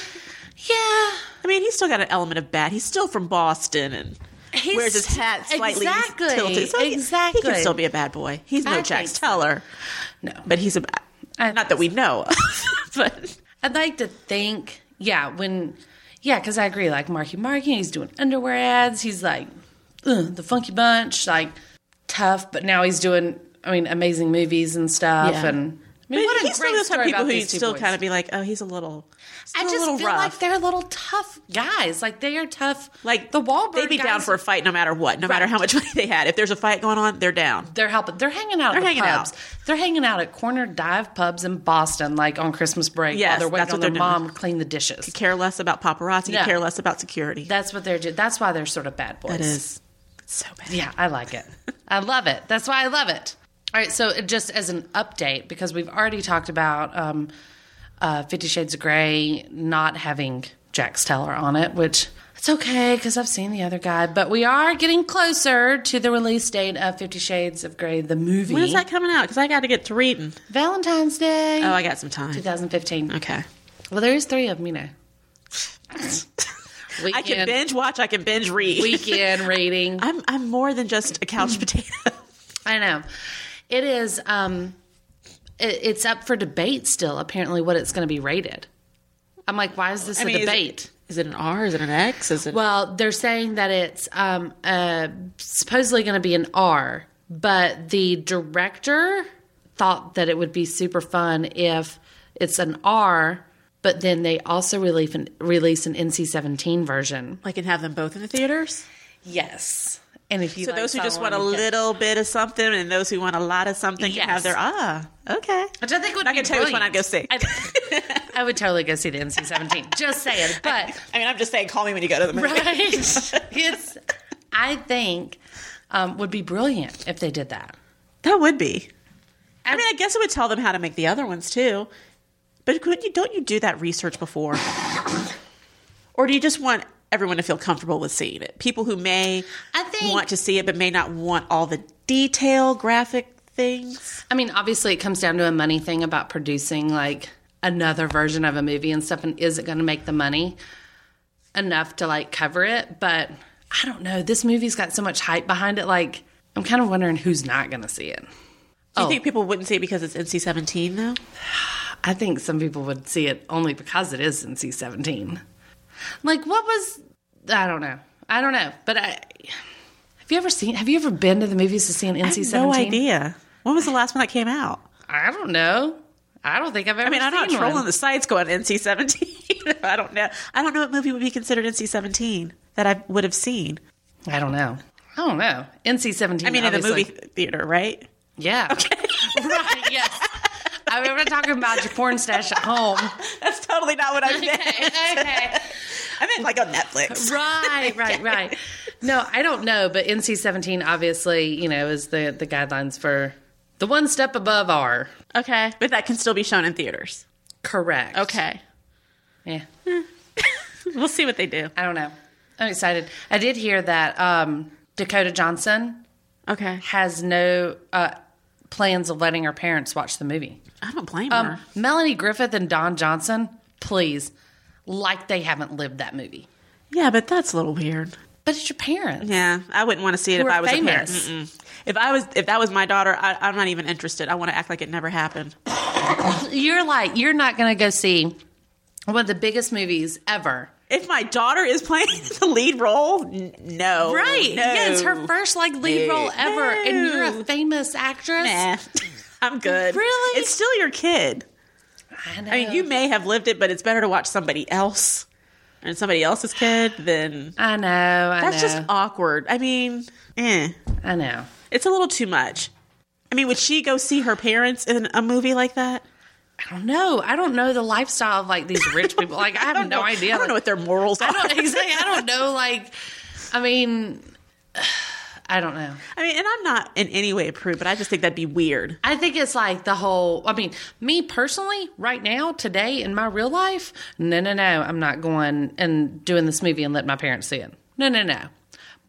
[SPEAKER 2] yeah.
[SPEAKER 3] I mean, he's still got an element of bad. He's still from Boston and
[SPEAKER 2] He's-
[SPEAKER 3] wears his hat slightly
[SPEAKER 2] exactly,
[SPEAKER 3] tilted. So he-
[SPEAKER 2] exactly.
[SPEAKER 3] he can still be a bad boy. He's no
[SPEAKER 2] I
[SPEAKER 3] Jax
[SPEAKER 2] think so.
[SPEAKER 3] Teller,
[SPEAKER 2] No,
[SPEAKER 3] but he's a bad.
[SPEAKER 2] I-
[SPEAKER 3] not that we know of, but
[SPEAKER 2] I'd like to think, yeah, when, yeah, because I agree. Like Marky Marky, he's doing underwear ads. He's like ugh, the Funky Bunch, like tough, but now he's doing, I mean, amazing movies and stuff.
[SPEAKER 3] Yeah.
[SPEAKER 2] And I mean,
[SPEAKER 3] but
[SPEAKER 2] what a
[SPEAKER 3] he still
[SPEAKER 2] great
[SPEAKER 3] does have
[SPEAKER 2] story
[SPEAKER 3] people
[SPEAKER 2] about
[SPEAKER 3] who
[SPEAKER 2] these
[SPEAKER 3] you'd
[SPEAKER 2] two
[SPEAKER 3] still
[SPEAKER 2] boys.
[SPEAKER 3] kind of be like, oh, he's a little.
[SPEAKER 2] I
[SPEAKER 3] still
[SPEAKER 2] just
[SPEAKER 3] a little
[SPEAKER 2] feel
[SPEAKER 3] rough.
[SPEAKER 2] like they're little tough guys. Like they are tough.
[SPEAKER 3] like
[SPEAKER 2] the Wahlberg
[SPEAKER 3] they'd be down
[SPEAKER 2] guys-
[SPEAKER 3] for a fight no matter what, no matter
[SPEAKER 2] Right.
[SPEAKER 3] how much money they had. If there's a fight going on, they're down.
[SPEAKER 2] They're helping. They're hanging out.
[SPEAKER 3] They're
[SPEAKER 2] at the
[SPEAKER 3] hanging
[SPEAKER 2] pubs.
[SPEAKER 3] out.
[SPEAKER 2] They're hanging out at corner dive pubs in Boston, like on Christmas break,
[SPEAKER 3] Yes,
[SPEAKER 2] while they're waiting
[SPEAKER 3] that's
[SPEAKER 2] on
[SPEAKER 3] what
[SPEAKER 2] their
[SPEAKER 3] they're doing.
[SPEAKER 2] mom to clean the dishes.
[SPEAKER 3] Care less about paparazzi.
[SPEAKER 2] No.
[SPEAKER 3] Care less about security.
[SPEAKER 2] That's what they're doing. That's why they're sort of bad boys.
[SPEAKER 3] that is so bad.
[SPEAKER 2] Yeah, I like it. I love it. That's why I love it. All right, so just as an update, because we've already talked about um, uh, Fifty Shades of Grey not having Jax Teller on it, which it's okay because I've seen the other guy, but we are getting closer to the release date of Fifty Shades of Grey, the movie.
[SPEAKER 3] When is that coming out? Because I got to get to reading.
[SPEAKER 2] Mm-hmm. Valentine's Day.
[SPEAKER 3] Oh, I got some time.
[SPEAKER 2] 2015.
[SPEAKER 3] Okay.
[SPEAKER 2] Well, there is three of them, you know. weekend,
[SPEAKER 3] I can binge watch. I can binge read.
[SPEAKER 2] weekend Mm. reading.
[SPEAKER 3] I'm I'm more than just a couch potato.
[SPEAKER 2] I know. It is. Um, it, it's up for debate still. Apparently, what it's going to be rated. I'm like, why is this a
[SPEAKER 3] I mean, is it-
[SPEAKER 2] debate?
[SPEAKER 3] Is it an R? Is it an X? Is it?
[SPEAKER 2] well, they're saying that it's um, uh, supposedly going to be an R, but the director thought that it would be super fun if it's an R, but then they also release an, release an NC-17 version.
[SPEAKER 3] I can have them both in the theaters.
[SPEAKER 2] Yes. And if you
[SPEAKER 3] So
[SPEAKER 2] like
[SPEAKER 3] those who just want a
[SPEAKER 2] following-
[SPEAKER 3] little bit of something, and those who want a lot of something, can
[SPEAKER 2] Yes.
[SPEAKER 3] have their ah. Okay.
[SPEAKER 2] Which I think would
[SPEAKER 3] Not
[SPEAKER 2] be
[SPEAKER 3] gonna tell you which one I'd go see.
[SPEAKER 2] brilliant. I, I would totally go see the NC seventeen. Just saying, but
[SPEAKER 3] I mean, I'm just saying, call me when you go to the movie.
[SPEAKER 2] right, it's I think um, would be brilliant if they did that.
[SPEAKER 3] That would be. I
[SPEAKER 2] I-
[SPEAKER 3] mean, I guess it would tell them how to make the other ones too. But couldn't you, don't you do that research before? or do you just want everyone to feel comfortable with seeing it? People who may
[SPEAKER 2] I think-
[SPEAKER 3] want to see it but may not want all the detail, graphic things.
[SPEAKER 2] I mean, obviously, it comes down to a money thing about producing like another version of a movie and stuff, and is it going to make the money enough to like cover it? But I don't know. This movie's got so much hype behind it. Like, I'm kind of wondering who's not going to see it.
[SPEAKER 3] Do you
[SPEAKER 2] Oh.
[SPEAKER 3] think people wouldn't see it because it's NC-17 though?
[SPEAKER 2] I think some people would see it only because it is in C seventeen. Like what was I don't know. I don't know. But I have you ever seen have you ever been to the movies to see an NC
[SPEAKER 3] I have no
[SPEAKER 2] seventeen?
[SPEAKER 3] idea. When was the last one that came out?
[SPEAKER 2] I don't know. I don't think I've ever
[SPEAKER 3] I mean, I'm not
[SPEAKER 2] seen
[SPEAKER 3] trolling
[SPEAKER 2] one.
[SPEAKER 3] the sites going NC-17. I don't know. I don't know what movie would be considered NC-17 that I would have seen.
[SPEAKER 2] I don't know. I don't know. NC seventeen.
[SPEAKER 3] I mean, in the movie theater, right?
[SPEAKER 2] Yeah. right, yes. I remember talking about your porn stash at home.
[SPEAKER 3] That's totally not what I meant.
[SPEAKER 2] okay.
[SPEAKER 3] I meant like on Netflix.
[SPEAKER 2] Right, right, right. No, I don't know, but NC seventeen obviously, you know, is the the guidelines for the one step above R.
[SPEAKER 3] Okay. But that can still be shown in theaters.
[SPEAKER 2] Correct.
[SPEAKER 3] Okay.
[SPEAKER 2] Yeah.
[SPEAKER 3] We'll see what they do.
[SPEAKER 2] I don't know. I'm excited. I did hear that um, Dakota Johnson
[SPEAKER 3] Okay.
[SPEAKER 2] has no uh, plans of letting her parents watch the movie.
[SPEAKER 3] I don't blame
[SPEAKER 2] Um,
[SPEAKER 3] her.
[SPEAKER 2] Melanie Griffith and Don Johnson, please, like they haven't lived that movie.
[SPEAKER 3] Yeah, but that's a little weird.
[SPEAKER 2] But it's your parents.
[SPEAKER 3] Yeah, I wouldn't want to see
[SPEAKER 2] Who
[SPEAKER 3] it if
[SPEAKER 2] are
[SPEAKER 3] I was
[SPEAKER 2] famous.
[SPEAKER 3] a parent. Mm-mm. If I was, if that was my daughter, I, I'm not even interested. I want to act like it never happened.
[SPEAKER 2] You're like, you're not going to go see one of the biggest movies ever.
[SPEAKER 3] If my daughter is playing the lead role, n- no,
[SPEAKER 2] Right.
[SPEAKER 3] Oh, no.
[SPEAKER 2] Yeah, it's her first like lead
[SPEAKER 3] No.
[SPEAKER 2] role ever, and you're a
[SPEAKER 3] No.
[SPEAKER 2] famous actress.
[SPEAKER 3] Nah. I'm good.
[SPEAKER 2] Really?
[SPEAKER 3] It's still your kid.
[SPEAKER 2] I know.
[SPEAKER 3] I mean, you may have lived it, but it's better to watch somebody else and somebody else's kid than
[SPEAKER 2] I know. I
[SPEAKER 3] That's
[SPEAKER 2] know.
[SPEAKER 3] just awkward. I mean, eh,
[SPEAKER 2] I know.
[SPEAKER 3] it's a little too much. I mean, would she go see her parents in a movie like that?
[SPEAKER 2] I don't know. I don't know the lifestyle of like these rich people. Like I have
[SPEAKER 3] I
[SPEAKER 2] no
[SPEAKER 3] don't know.
[SPEAKER 2] idea.
[SPEAKER 3] I don't know
[SPEAKER 2] Like,
[SPEAKER 3] what their morals are.
[SPEAKER 2] I don't exactly. I don't know. Like, I mean, I don't know.
[SPEAKER 3] I mean, and I'm not in any way approved, but I just think that'd be weird.
[SPEAKER 2] I think it's like the whole. I mean, me personally, right now, today, in my real life, no, no, no, I'm not going and doing this movie and letting my parents see it. No, no, no.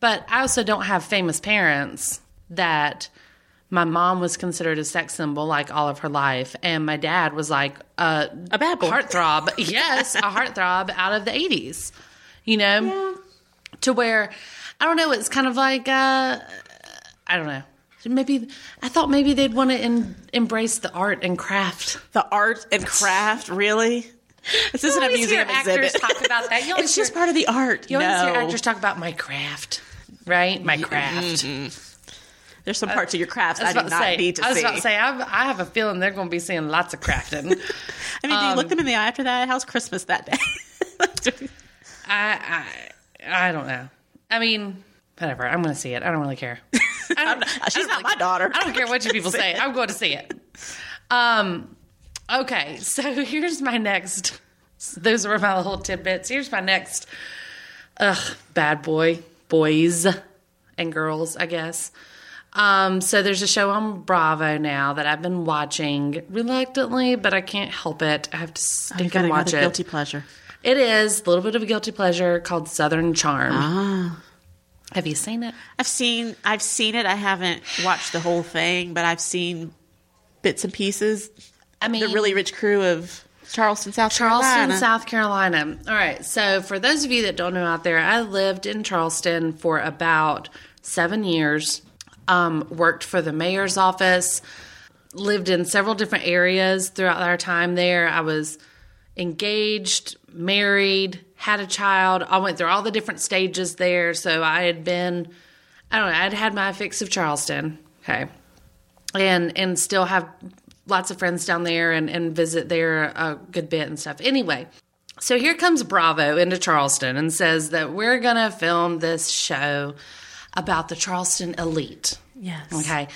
[SPEAKER 2] But I also don't have famous parents that my mom was considered a sex symbol like all of her life, and my dad was like a
[SPEAKER 3] A bad boy.
[SPEAKER 2] heartthrob. yes, a heartthrob out of the 80s. You know, to where I don't know. It's kind of like. Uh, I don't know. Maybe I thought maybe they'd want to en- embrace the art and craft.
[SPEAKER 3] The art and craft, really? This isn't a
[SPEAKER 2] always hear
[SPEAKER 3] museum exhibit.
[SPEAKER 2] actors talk about that. You always
[SPEAKER 3] it's just
[SPEAKER 2] hear-
[SPEAKER 3] part of the art.
[SPEAKER 2] You
[SPEAKER 3] no.
[SPEAKER 2] always hear actors talk about my craft, right? My craft.
[SPEAKER 3] There's some parts of your crafts
[SPEAKER 2] Uh, I
[SPEAKER 3] I,
[SPEAKER 2] was about
[SPEAKER 3] do
[SPEAKER 2] to
[SPEAKER 3] not
[SPEAKER 2] say.
[SPEAKER 3] need to
[SPEAKER 2] I was
[SPEAKER 3] see.
[SPEAKER 2] about to say. I've, I have a feeling they're going to be seeing lots of crafting.
[SPEAKER 3] I mean, do you
[SPEAKER 2] um,
[SPEAKER 3] look them in the eye after that? How's Christmas that day?
[SPEAKER 2] I, I I don't know. I mean, whatever. I'm going to see it. I don't really care. I don't,
[SPEAKER 3] She's not my daughter.
[SPEAKER 2] I don't care what you people say. I'm going to see it. Um, okay, so here's my next. Those were my little tidbits. Here's my next. Ugh, bad boy, boys and girls, I guess. Um, so there's a show on Bravo now that I've been watching reluctantly, but I can't help it. I have to
[SPEAKER 3] You
[SPEAKER 2] stick
[SPEAKER 3] gotta
[SPEAKER 2] and
[SPEAKER 3] go
[SPEAKER 2] watch
[SPEAKER 3] to
[SPEAKER 2] it.
[SPEAKER 3] guilty pleasure.
[SPEAKER 2] It is a little bit of a guilty pleasure called Southern Charm. Have you seen it?
[SPEAKER 3] I've seen I've seen it. I haven't watched the whole thing, but I've seen bits and pieces.
[SPEAKER 2] I mean,
[SPEAKER 3] the really rich crew of Charleston, South
[SPEAKER 2] Charleston,
[SPEAKER 3] Carolina.
[SPEAKER 2] South Carolina. All right. So, for those of you that don't know out there, I lived in Charleston for about seven years, um, worked for the mayor's office, lived in several different areas throughout our time there. I was engaged, married, had a child. I went through all the different stages there. So, I had been, I don't know, I'd had my fix of Charleston. Okay and and still have lots of friends down there and and visit there a good bit and stuff. Anyway, so here comes Bravo into Charleston and says that we're gonna film this show about the Charleston elite.
[SPEAKER 3] Yes.
[SPEAKER 2] Okay.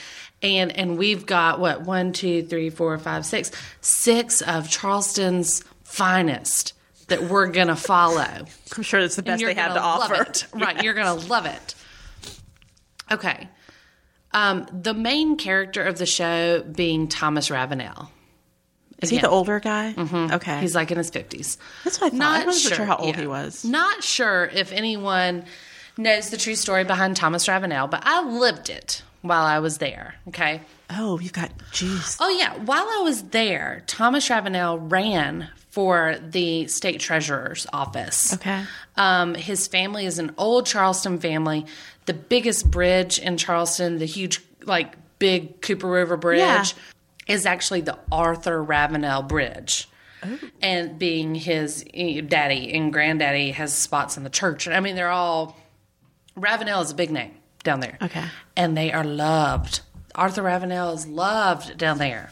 [SPEAKER 2] And and we've got what one, two, three, four, five, six, six of Charleston's finest that we're gonna follow
[SPEAKER 3] I'm sure it's the best they
[SPEAKER 2] you're
[SPEAKER 3] have to
[SPEAKER 2] gonna love
[SPEAKER 3] offer.
[SPEAKER 2] it. Right, you're going to love it. Okay. Um, the main character of the show being Thomas Ravenel.
[SPEAKER 3] Is he the older guy? Okay,
[SPEAKER 2] Mm-hmm. He's like in his 50s.
[SPEAKER 3] That's what I thought. I
[SPEAKER 2] Not
[SPEAKER 3] wasn't sure, how old
[SPEAKER 2] yeah.
[SPEAKER 3] he was.
[SPEAKER 2] Not sure if anyone knows the true story behind Thomas Ravenel, but I lived it while I was there. Okay.
[SPEAKER 3] Oh, you've got jeez.
[SPEAKER 2] Oh, yeah. While I was there, Thomas Ravenel ran for the state treasurer's office.
[SPEAKER 3] Okay.
[SPEAKER 2] Um, his family is an old Charleston family, the biggest bridge in Charleston, the huge, like, big Cooper River Bridge.
[SPEAKER 3] Yeah.
[SPEAKER 2] Is actually the Arthur Ravenel Bridge,
[SPEAKER 3] Oh.
[SPEAKER 2] and being his eh, daddy and granddaddy has spots in the church. I mean, they're all Ravenel is a big name down there.
[SPEAKER 3] Okay.
[SPEAKER 2] And they are loved. Arthur Ravenel is loved down there.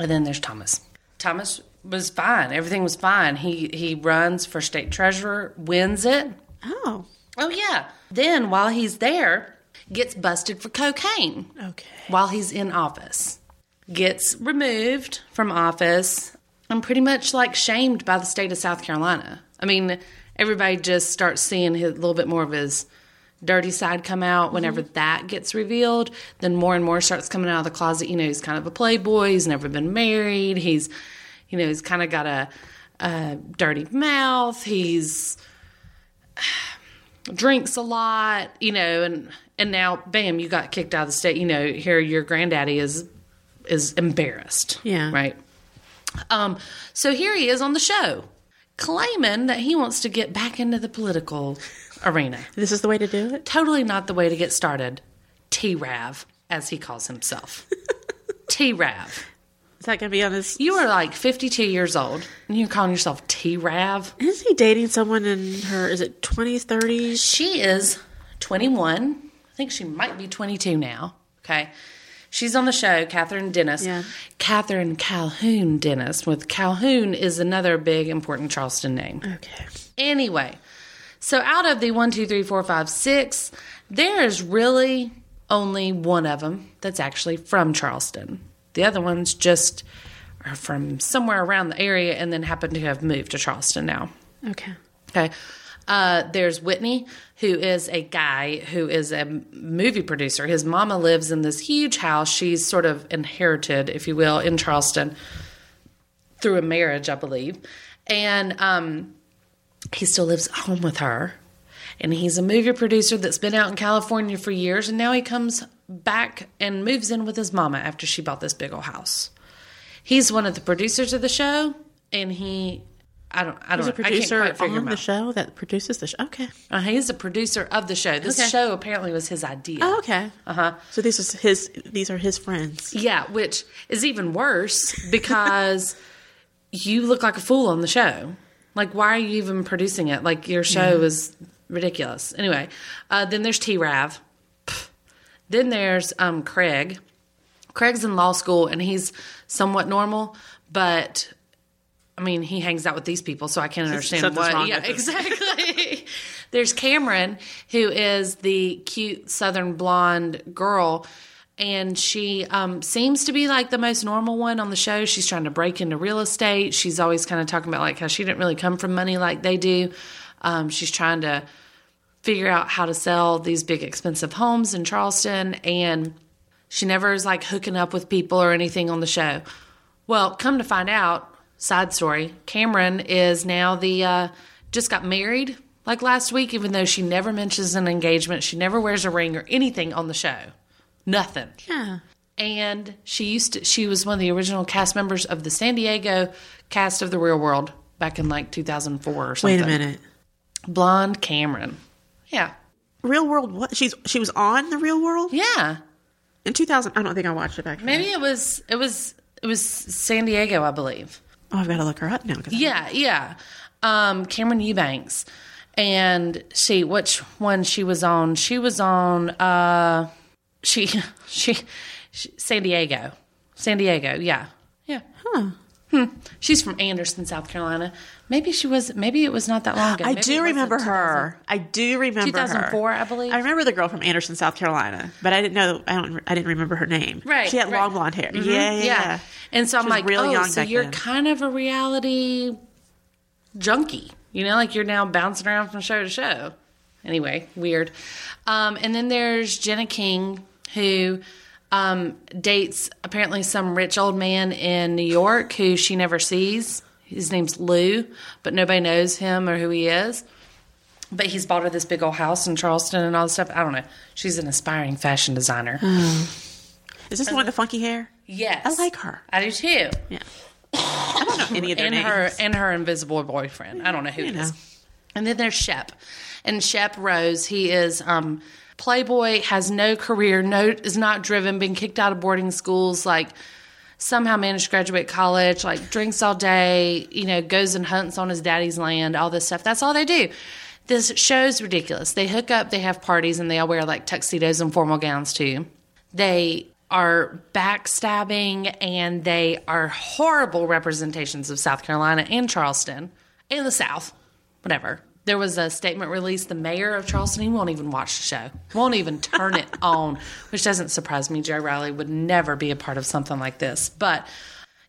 [SPEAKER 2] And then there's Thomas. Thomas was fine. Everything was fine. He he runs for state treasurer, wins it.
[SPEAKER 3] Oh,
[SPEAKER 2] Oh yeah. Then while he's there, gets busted for cocaine
[SPEAKER 3] okay.
[SPEAKER 2] while he's in office. Gets removed from office and pretty much like shamed by the state of South Carolina. I mean, everybody just starts seeing his, a little bit more of his dirty side come out whenever that gets revealed. Then more and more starts coming out of the closet. You know, he's kind of a playboy. He's never been married. He's, you know, he's kind of got a, a dirty mouth. He's drinks a lot, you know, and and now bam, you got kicked out of the state. You know, here your granddaddy is is embarrassed.
[SPEAKER 3] Yeah.
[SPEAKER 2] Right. Um, so here he is on the show, claiming that he wants to get back into the political arena.
[SPEAKER 3] This is the way to do it.
[SPEAKER 2] Totally not the way to get started. T Rav, as he calls himself. T Rav.
[SPEAKER 3] Is that going to be on this?
[SPEAKER 2] You are like fifty two years old and you're calling yourself T Rav.
[SPEAKER 3] Is he dating someone in her? Is it twenties, thirties?
[SPEAKER 2] She is 21. I think she might be 22 now. Okay. She's on the show, Catherine Dennis.
[SPEAKER 3] Yeah.
[SPEAKER 2] Catherine Calhoun Dennis, with Calhoun is another big important Charleston name.
[SPEAKER 3] Okay.
[SPEAKER 2] Anyway, so out of the one, two, three, four, five, six, there is really only one of them that's actually from Charleston. The other ones just are from somewhere around the area and then happen to have moved to Charleston now.
[SPEAKER 5] Okay.
[SPEAKER 2] Okay. Uh, there's Whitney, who is a guy who is a m- movie producer. His mama lives in this huge house. She's sort of inherited, if you will, in Charleston through a marriage, I believe. And um, he still lives at home with her. And he's a movie producer that's been out in California for years. And now he comes back and moves in with his mama after she bought this big old house. He's one of the producers of the show. And he, I don't, I don't,
[SPEAKER 3] There's a
[SPEAKER 2] know.
[SPEAKER 3] producer
[SPEAKER 2] I can't quite figure
[SPEAKER 3] on
[SPEAKER 2] him
[SPEAKER 3] the
[SPEAKER 2] out.
[SPEAKER 3] show that produces the show. Okay.
[SPEAKER 2] Uh, he's the producer of the show. This
[SPEAKER 3] Okay.
[SPEAKER 2] show apparently was his idea.
[SPEAKER 3] Oh, okay. Uh
[SPEAKER 2] Uh-huh.
[SPEAKER 3] huh. So this is his. These are his friends.
[SPEAKER 2] Yeah, which is even worse because you look like a fool on the show. Like, why are you even producing it? Like, your show is ridiculous. Anyway, uh, then there's T Rav. Pff. Then there's um, Craig. Craig's in law school and he's somewhat normal, but I mean, he hangs out with these people, so I can't understand
[SPEAKER 3] something's
[SPEAKER 2] what.
[SPEAKER 3] wrong
[SPEAKER 2] yeah,
[SPEAKER 3] with him.
[SPEAKER 2] exactly. There's Cameron, who is the cute southern blonde girl, and she um, seems to be like the most normal one on the show. She's trying to break into real estate. She's always kind of talking about like how she didn't really come from money like they do. Um, she's trying to figure out how to sell these big expensive homes in Charleston and she never is like hooking up with people or anything on the show. Well, come to find out, side story, Cameron is now the uh just got married like last week even though she never mentions an engagement, she never wears a ring or anything on the show. Nothing
[SPEAKER 3] Yeah.
[SPEAKER 2] and she used to she was one of the original cast members of the San Diego cast of The Real World back in like 2004 or something.
[SPEAKER 3] Wait a minute.
[SPEAKER 2] Blonde Cameron. Yeah.
[SPEAKER 3] Real World. What? She's she was on the Real World
[SPEAKER 2] Yeah.
[SPEAKER 3] in 2000. I don't think I watched it back. then.
[SPEAKER 2] Maybe it was it was it was San Diego, I believe.
[SPEAKER 3] Oh, I've got to look her up now. 'cause I-
[SPEAKER 2] Yeah, yeah. Um, Cameron Eubanks. And she which one she was on? She was on uh she she, she San Diego. San Diego, yeah. Yeah. Huh. She's from Anderson, South Carolina. Maybe she was maybe it was not that long ago.
[SPEAKER 3] I
[SPEAKER 2] Maybe it
[SPEAKER 3] do
[SPEAKER 2] wasn't
[SPEAKER 3] remember her. I do remember
[SPEAKER 2] 2004,
[SPEAKER 3] her.
[SPEAKER 2] I believe.
[SPEAKER 3] I remember the girl from Anderson, South Carolina, but I didn't know. I don't. I didn't remember her name.
[SPEAKER 2] Right,
[SPEAKER 3] She had
[SPEAKER 2] right. Mm-hmm.
[SPEAKER 3] long blonde hair. Yeah, yeah. yeah.
[SPEAKER 2] And so I'm
[SPEAKER 3] was
[SPEAKER 2] like,
[SPEAKER 3] real
[SPEAKER 2] oh,
[SPEAKER 3] young
[SPEAKER 2] so
[SPEAKER 3] back
[SPEAKER 2] you're
[SPEAKER 3] then.
[SPEAKER 2] kind of a reality junkie. You know, like you're now bouncing around from show to show. Anyway, weird. Um, and then there's Jenna King, who um, dates apparently some rich old man in New York who she never sees. His name's Lou, but nobody knows him or who he is. But he's bought her this big old house in Charleston and all this stuff. I don't know. She's an aspiring fashion designer.
[SPEAKER 3] Is this the one with the funky hair?
[SPEAKER 2] Yes.
[SPEAKER 3] Mm. I like her.
[SPEAKER 2] I do too.
[SPEAKER 3] Yeah. I don't know any of their
[SPEAKER 2] and
[SPEAKER 3] names.
[SPEAKER 2] her and her invisible boyfriend. I don't know who it
[SPEAKER 3] know.
[SPEAKER 2] is. And then there's Shep, and Shep Rose. He is um, playboy, has no career, no is not driven, been kicked out of boarding schools, like somehow managed to graduate college, like drinks all day, you know, goes and hunts on his daddy's land, all this stuff. That's all they do. This show's ridiculous. They hook up, they have parties, and they all wear like tuxedos and formal gowns too. They are backstabbing and they are horrible representations of South Carolina and Charleston and the South, whatever. There was a statement released. The mayor of Charleston, he won't even watch the show, won't even turn it on, which doesn't surprise me. Joe Riley would never be a part of something like this. But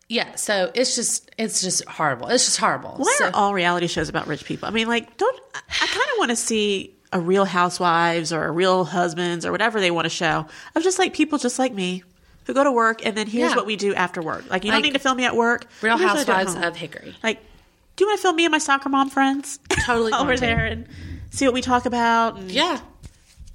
[SPEAKER 2] yeah, so it's just, it's just horrible. It's just horrible.
[SPEAKER 3] Why
[SPEAKER 2] So-
[SPEAKER 3] are all reality shows about rich people? I mean, like, don't I, I kind of want to see a Real Housewives or a Real Husbands or whatever they want to show of just like people just like me who go to work and then here's
[SPEAKER 2] Yeah.
[SPEAKER 3] what we do after work. Like, you
[SPEAKER 2] Like,
[SPEAKER 3] don't need to film me at work.
[SPEAKER 2] Real
[SPEAKER 3] Here's what I do at
[SPEAKER 2] Housewives
[SPEAKER 3] home.
[SPEAKER 2] of Hickory.
[SPEAKER 3] Like, do you want to film me and my soccer mom friends
[SPEAKER 2] Totally
[SPEAKER 3] over
[SPEAKER 2] want to.
[SPEAKER 3] there and see what we talk about? And
[SPEAKER 2] Yeah.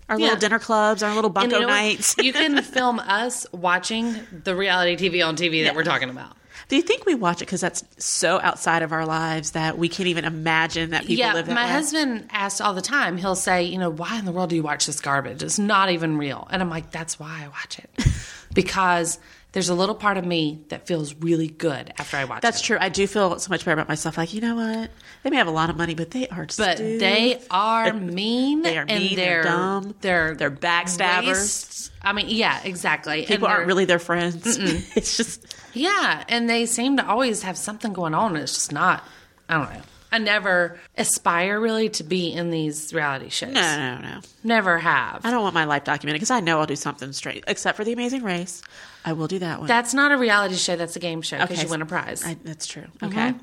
[SPEAKER 3] our
[SPEAKER 2] yeah.
[SPEAKER 3] little dinner clubs, our little bunko
[SPEAKER 2] you know what?
[SPEAKER 3] nights.
[SPEAKER 2] you can film us watching the reality TV on TV that we're talking about.
[SPEAKER 3] do you think we watch it because that's so outside of our lives that we can't even imagine that people
[SPEAKER 2] yeah,
[SPEAKER 3] live that
[SPEAKER 2] my
[SPEAKER 3] way?
[SPEAKER 2] husband asks all the time. He'll say, you know, why in the world do you watch this garbage? It's not even real. And I'm like, that's why I watch it because there's a little part of me that feels really good after I watch
[SPEAKER 3] That's
[SPEAKER 2] it.
[SPEAKER 3] true. I do feel so much better about myself. Like, you know what? They may have a lot of money, but they are
[SPEAKER 2] But
[SPEAKER 3] stupid.
[SPEAKER 2] they are mean.
[SPEAKER 3] They are
[SPEAKER 2] and
[SPEAKER 3] mean,
[SPEAKER 2] They're,
[SPEAKER 3] they're dumb,
[SPEAKER 2] They're
[SPEAKER 3] they're backstabbers.
[SPEAKER 2] racist. I mean, yeah, exactly. and
[SPEAKER 3] people aren't
[SPEAKER 2] they're-
[SPEAKER 3] really their friends. it's just
[SPEAKER 2] Yeah, and they seem to always have something going on. It's just not. I don't know. I never aspire really to be in these reality shows.
[SPEAKER 3] No, no, no.
[SPEAKER 2] Never have.
[SPEAKER 3] I don't want my life documented because I know I'll do something straight, except for The Amazing Race. I will do that one.
[SPEAKER 2] That's not a reality show. That's a game show because
[SPEAKER 3] Okay.
[SPEAKER 2] you win a prize. Mm-hmm.
[SPEAKER 3] I, that's true. Okay.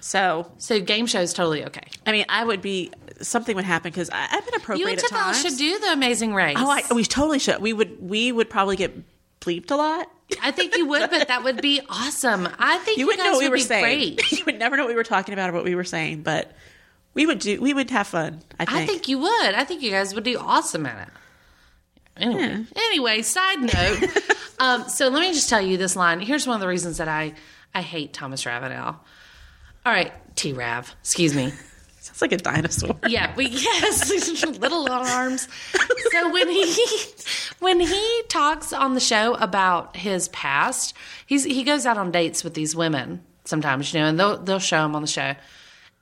[SPEAKER 3] So,
[SPEAKER 2] so game show is totally okay.
[SPEAKER 3] I mean, I would be, something would happen because I've been appropriate
[SPEAKER 2] You and
[SPEAKER 3] at
[SPEAKER 2] Tiffany
[SPEAKER 3] times.
[SPEAKER 2] should do the Amazing Race.
[SPEAKER 3] Oh, I, we totally should. We would, we would probably get bleeped a lot.
[SPEAKER 2] I think you would, but that would be awesome. I think you,
[SPEAKER 3] You,
[SPEAKER 2] guys
[SPEAKER 3] wouldn't know
[SPEAKER 2] would
[SPEAKER 3] what we were
[SPEAKER 2] be
[SPEAKER 3] saying.
[SPEAKER 2] great.
[SPEAKER 3] you would never know what we were talking about or what we were saying, but we would do, we would have fun, I think.
[SPEAKER 2] I think you would. I think you guys would do awesome at it. Anyway, anyway, side note. um, so let me just tell you this line. Here's one of the reasons that I I hate Thomas Ravenel. All right, T Rav, excuse me.
[SPEAKER 3] Sounds like a dinosaur.
[SPEAKER 2] Yeah, but yes, little arms. So when he when he talks on the show about his past, he's he goes out on dates with these women sometimes, you know, and they'll they'll show him on the show.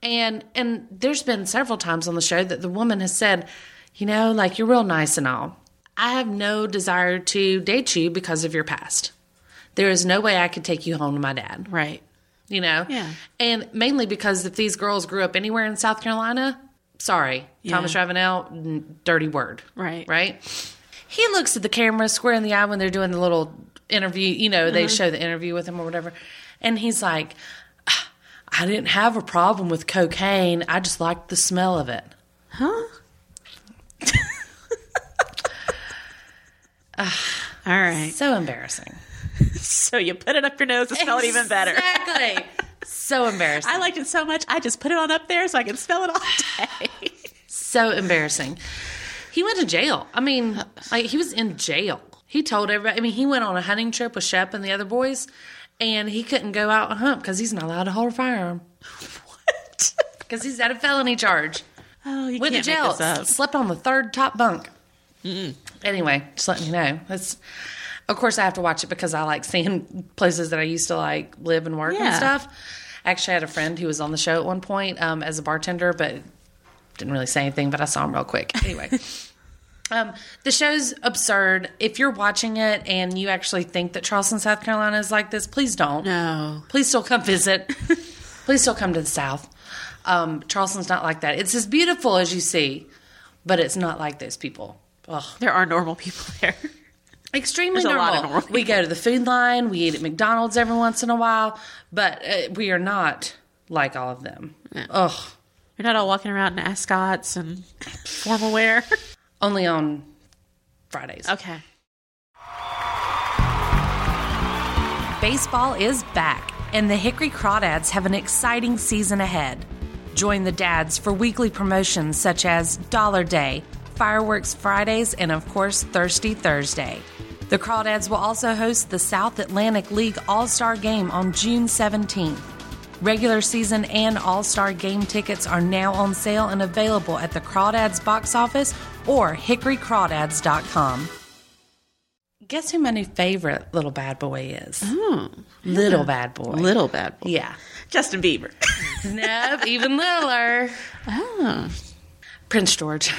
[SPEAKER 2] And and there's been several times on the show that the woman has said, you know, like you're real nice and all. I have no desire to date you because of your past. There is no way I could take you home to my dad
[SPEAKER 3] Right.
[SPEAKER 2] you know?
[SPEAKER 3] Yeah.
[SPEAKER 2] And mainly because if these girls grew up anywhere in South Carolina, sorry, Thomas Ravenel, n- dirty word.
[SPEAKER 3] Right.
[SPEAKER 2] Right? He looks at the camera square in the eye when they're doing the little interview, you know,
[SPEAKER 3] Mm-hmm.
[SPEAKER 2] they show the interview with him or whatever. And he's like, "Ah, I didn't have a problem with cocaine. I just liked the smell of it.
[SPEAKER 3] Ah, All right.
[SPEAKER 2] So embarrassing.
[SPEAKER 3] So you put it up your nose to smell it even better.
[SPEAKER 2] Exactly. so embarrassing.
[SPEAKER 3] I liked it so much, I just put it on up there so I can smell it all day.
[SPEAKER 2] so embarrassing. He went to jail. I mean, like he was in jail. He told everybody. I mean, he went on a hunting trip with Shep and the other boys, and he couldn't go out and hunt because he's not allowed to hold a firearm
[SPEAKER 3] what?
[SPEAKER 2] because he's got a felony charge.
[SPEAKER 3] Oh, you
[SPEAKER 2] Went to
[SPEAKER 3] can't
[SPEAKER 2] jail.
[SPEAKER 3] make this up.
[SPEAKER 2] Slept on the third top bunk. Anyway, just letting you know. That's. Of course, I have to watch it because I like seeing places that I used to like live and work and
[SPEAKER 3] Yeah.
[SPEAKER 2] stuff. Actually, I had a friend who was on the show at one point um, as a bartender, but didn't really say anything, but I saw him real quick. Anyway, um, the show's absurd. If you're watching it and you actually think that Charleston, South Carolina is like this, please don't.
[SPEAKER 3] No.
[SPEAKER 2] Please still come visit. please still come to the South. Um, Charleston's not like that. It's as beautiful as you see, but it's not like those people. Ugh.
[SPEAKER 3] There are normal people there.
[SPEAKER 2] Extremely
[SPEAKER 3] There's a
[SPEAKER 2] normal.
[SPEAKER 3] lot of normal
[SPEAKER 2] We go to the food line. We eat at McDonald's every once in a while, but uh, we are not like all of them. Ugh.
[SPEAKER 3] You're not all walking around in ascots and formal wear.
[SPEAKER 2] Only on Fridays.
[SPEAKER 3] Okay.
[SPEAKER 2] Baseball is back, and the Hickory Crawdads have an exciting season ahead. Join the dads for weekly promotions such as Dollar Day, Fireworks Fridays, and of course, Thirsty Thursday. The Crawdads will also host the South Atlantic League All Star Game on June 17th. Regular season and All Star Game tickets are now on sale and available at the Crawdads box office or hickorycrawdads.com. Guess who my new favorite little bad boy is? Hmm. Little bad boy.
[SPEAKER 3] Little bad boy.
[SPEAKER 2] Yeah.
[SPEAKER 3] Justin Bieber.
[SPEAKER 2] Nope, even littler.
[SPEAKER 3] Oh.
[SPEAKER 2] Prince George.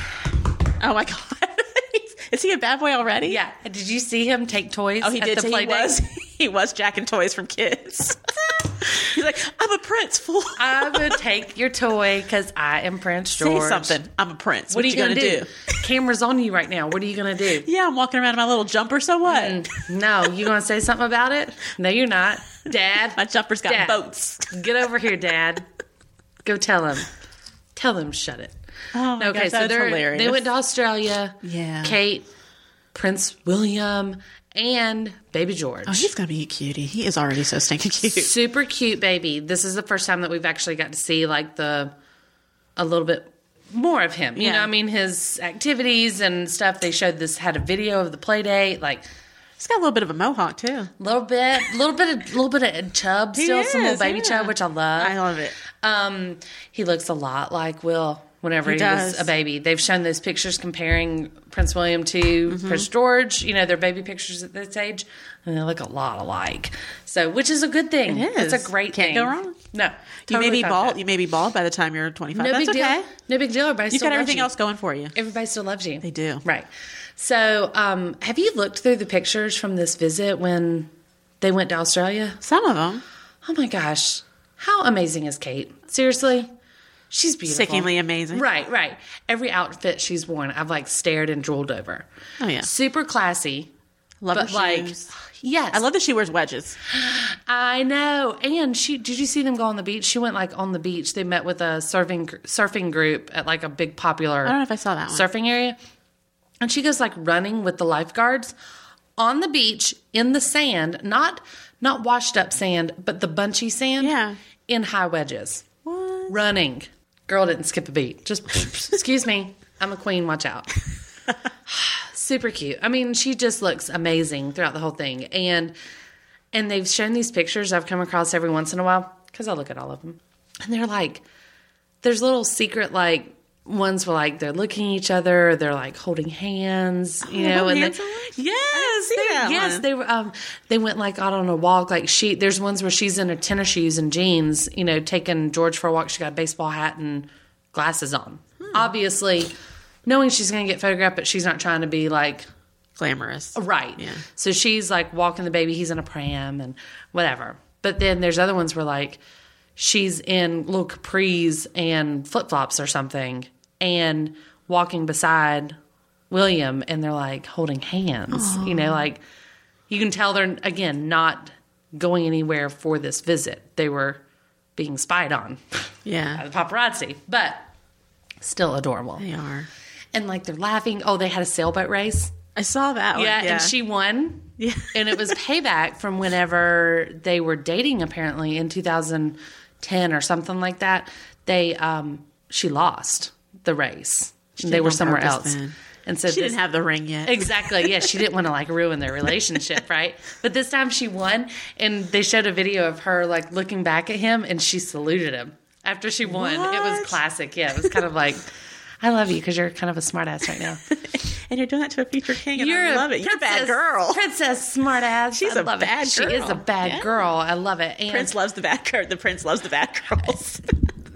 [SPEAKER 3] Oh my God. Is he a bad boy already?
[SPEAKER 2] Yeah. Did you see him take toys?
[SPEAKER 3] Oh, he
[SPEAKER 2] at
[SPEAKER 3] did.
[SPEAKER 2] The
[SPEAKER 3] so
[SPEAKER 2] play
[SPEAKER 3] he
[SPEAKER 2] date?
[SPEAKER 3] was he was jacking toys from kids. He's like, I'm a prince, fool.
[SPEAKER 2] I would take your toy because I am Prince George.
[SPEAKER 3] Say something. I'm a prince.
[SPEAKER 2] What, are you, going to
[SPEAKER 3] gonna
[SPEAKER 2] do? Camera's on you right now. What are you going to do?
[SPEAKER 3] Yeah, I'm walking around in my little jumper. So what?
[SPEAKER 2] No, you going to say something about it? No, you're not. Dad.
[SPEAKER 3] My jumper's got
[SPEAKER 2] Dad.
[SPEAKER 3] boats.
[SPEAKER 2] Get over here, Dad. Go tell him. Tell him shut it.
[SPEAKER 3] Oh my
[SPEAKER 2] okay,
[SPEAKER 3] gosh,
[SPEAKER 2] so
[SPEAKER 3] that's
[SPEAKER 2] they're,
[SPEAKER 3] hilarious.
[SPEAKER 2] they went to Australia.
[SPEAKER 3] Yeah.
[SPEAKER 2] Kate, Prince William, and baby George.
[SPEAKER 3] Oh, he's gonna be a cutie. He is already so stinking cute.
[SPEAKER 2] Super cute baby. This is the first time that we've actually got to see like the a little bit more of him. You
[SPEAKER 3] Yeah.
[SPEAKER 2] know, I mean his activities and stuff. They showed this had a video of the play date, like
[SPEAKER 3] He's got a little bit of a mohawk too.
[SPEAKER 2] little bit, little bit of little bit of chub still, some little
[SPEAKER 3] is,
[SPEAKER 2] baby
[SPEAKER 3] yeah.
[SPEAKER 2] chub, which I love.
[SPEAKER 3] I love it.
[SPEAKER 2] Um, he looks a lot like Will whenever he,
[SPEAKER 3] He
[SPEAKER 2] was
[SPEAKER 3] does.
[SPEAKER 2] a baby. They've shown those pictures comparing Prince William to
[SPEAKER 3] Mm-hmm.
[SPEAKER 2] Prince George. You know, their baby pictures at this age, and they look a lot alike. So, which is a good thing.
[SPEAKER 3] It
[SPEAKER 2] It's a
[SPEAKER 3] is.
[SPEAKER 2] great
[SPEAKER 3] Can't
[SPEAKER 2] thing.
[SPEAKER 3] go wrong.
[SPEAKER 2] No,
[SPEAKER 3] you may
[SPEAKER 2] totally
[SPEAKER 3] be
[SPEAKER 2] fine
[SPEAKER 3] bald.
[SPEAKER 2] with that.
[SPEAKER 3] You may be bald by the time you're 25.
[SPEAKER 2] No
[SPEAKER 3] That's
[SPEAKER 2] big
[SPEAKER 3] okay.
[SPEAKER 2] deal. No big deal. Everybody
[SPEAKER 3] You've
[SPEAKER 2] still
[SPEAKER 3] got
[SPEAKER 2] loves
[SPEAKER 3] everything
[SPEAKER 2] you.
[SPEAKER 3] else going for you.
[SPEAKER 2] Everybody still loves you. They
[SPEAKER 3] do.
[SPEAKER 2] Right. So, um, have you looked through the pictures from this visit when they went to Australia?
[SPEAKER 3] Some of them.
[SPEAKER 2] Oh my gosh. How amazing is Kate? Seriously? She's beautiful.
[SPEAKER 3] Sickeningly amazing.
[SPEAKER 2] Right, right. Every outfit she's worn, I've like stared and drooled over.
[SPEAKER 3] Oh, yeah.
[SPEAKER 2] Super classy.
[SPEAKER 3] Love
[SPEAKER 2] But
[SPEAKER 3] her
[SPEAKER 2] like
[SPEAKER 3] shoes.
[SPEAKER 2] yes.
[SPEAKER 3] I love that she wears wedges.
[SPEAKER 2] I know. And she did you see them go on the beach? She went like on the beach. They met with a surfing surfing group at like a big popular
[SPEAKER 3] I don't know if I saw that one.
[SPEAKER 2] surfing area. And she goes like running with the lifeguards on the beach in the sand, not not washed up sand, but the bunchy sand
[SPEAKER 3] Yeah.
[SPEAKER 2] in high wedges. Running. Girl didn't skip a beat. Just excuse me. I'm a queen, watch out. Super cute. I mean, she just looks amazing throughout the whole thing. And and they've shown these pictures I've come across every once in a while cuz I look at all of them. And they're like there's little secret like ones where like they're looking at each other, they're like holding hands, you
[SPEAKER 3] they
[SPEAKER 2] know,
[SPEAKER 3] hold
[SPEAKER 2] and
[SPEAKER 3] hands
[SPEAKER 2] they-
[SPEAKER 3] a lot?
[SPEAKER 2] yes,
[SPEAKER 3] see
[SPEAKER 2] they,
[SPEAKER 3] that
[SPEAKER 2] yes,
[SPEAKER 3] one.
[SPEAKER 2] they were um they went like out on a walk like she there's ones where she's in her tennis shoes and jeans, you know, taking George for a walk, she got a baseball hat and glasses on.
[SPEAKER 3] Hmm.
[SPEAKER 2] Obviously, knowing she's going to get photographed, but she's not trying to be like
[SPEAKER 3] Glamorous.
[SPEAKER 2] Right.
[SPEAKER 3] Yeah.
[SPEAKER 2] So she's like walking the baby, he's in a pram and whatever. But then there's other ones where like she's in little capris and flip flops or something and walking beside William and they're like holding hands. You know, like you can tell they're again not going anywhere for this visit. They were being spied on by
[SPEAKER 3] Yeah.
[SPEAKER 2] the paparazzi, but still adorable.
[SPEAKER 3] They are.
[SPEAKER 2] And like they're laughing. Oh, they had a sailboat race.
[SPEAKER 3] I saw that one.
[SPEAKER 2] Yeah, and she won.
[SPEAKER 3] Yeah.
[SPEAKER 2] and it was payback from whenever they were dating, apparently in 2010 or something like that. They, um, she lost the race.
[SPEAKER 3] did
[SPEAKER 2] they
[SPEAKER 3] it
[SPEAKER 2] were
[SPEAKER 3] on
[SPEAKER 2] somewhere
[SPEAKER 3] purpose
[SPEAKER 2] else,
[SPEAKER 3] then.
[SPEAKER 2] and so
[SPEAKER 3] She
[SPEAKER 2] this-
[SPEAKER 3] didn't have the ring yet.
[SPEAKER 2] Exactly. Yeah, she didn't want to like ruin their relationship, right? But this time she won, and they showed a video of her like looking back at him, and she saluted him after she won. It was
[SPEAKER 3] What?
[SPEAKER 2] classic. Yeah, it was kind of like, I love you because you're kind of a smartass right now.
[SPEAKER 3] And you're doing that to a future king, and
[SPEAKER 2] You're
[SPEAKER 3] I
[SPEAKER 2] a
[SPEAKER 3] love it. You're a bad
[SPEAKER 2] princess-
[SPEAKER 3] girl.
[SPEAKER 2] Princess smart ass.
[SPEAKER 3] She's
[SPEAKER 2] I
[SPEAKER 3] a
[SPEAKER 2] love
[SPEAKER 3] bad
[SPEAKER 2] it. She is
[SPEAKER 3] girl.
[SPEAKER 2] a bad
[SPEAKER 3] Yeah.
[SPEAKER 2] girl. I love it. And
[SPEAKER 3] Prince loves the bad girl. The prince loves the bad girls.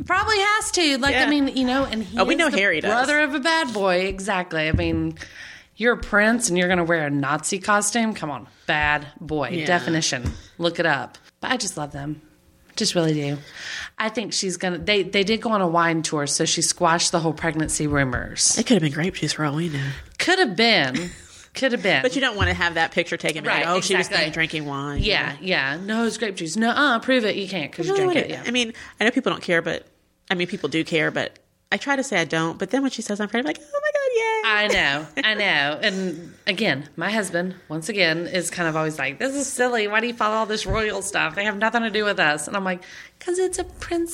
[SPEAKER 2] probably has to. Like
[SPEAKER 3] Yeah.
[SPEAKER 2] I mean, you know, and he
[SPEAKER 3] Oh, we
[SPEAKER 2] is
[SPEAKER 3] know
[SPEAKER 2] the
[SPEAKER 3] Harry does.
[SPEAKER 2] brother of a bad boy. Exactly. I mean, you're a prince and you're gonna wear a Nazi costume. Come on. Bad boy. Definition. Look it up. But I just love them. Just really do. I think she's gonna they they did go on a wine tour, so she squashed the whole pregnancy rumors.
[SPEAKER 3] it could have been grape juice for all we know.
[SPEAKER 2] Could have been. Could have been.
[SPEAKER 3] But you don't want to have that picture taken. Right,
[SPEAKER 2] Right,
[SPEAKER 3] oh, she was
[SPEAKER 2] exactly.
[SPEAKER 3] there drinking wine.
[SPEAKER 2] Yeah, yeah. No, it's grape juice. No, uh, prove it. You can't because you
[SPEAKER 3] Really
[SPEAKER 2] drink
[SPEAKER 3] what
[SPEAKER 2] it.
[SPEAKER 3] it-
[SPEAKER 2] Yeah.
[SPEAKER 3] I mean, I know people don't care, but I mean, people do care, but I try to say I don't. But then when she says I'm pregnant, I'm like, oh my God, yay.
[SPEAKER 2] I know, I know. And again, my husband, once again, is kind of always like, this is silly. Why do you follow all this royal stuff? They have nothing to do with us. And I'm like, because it's a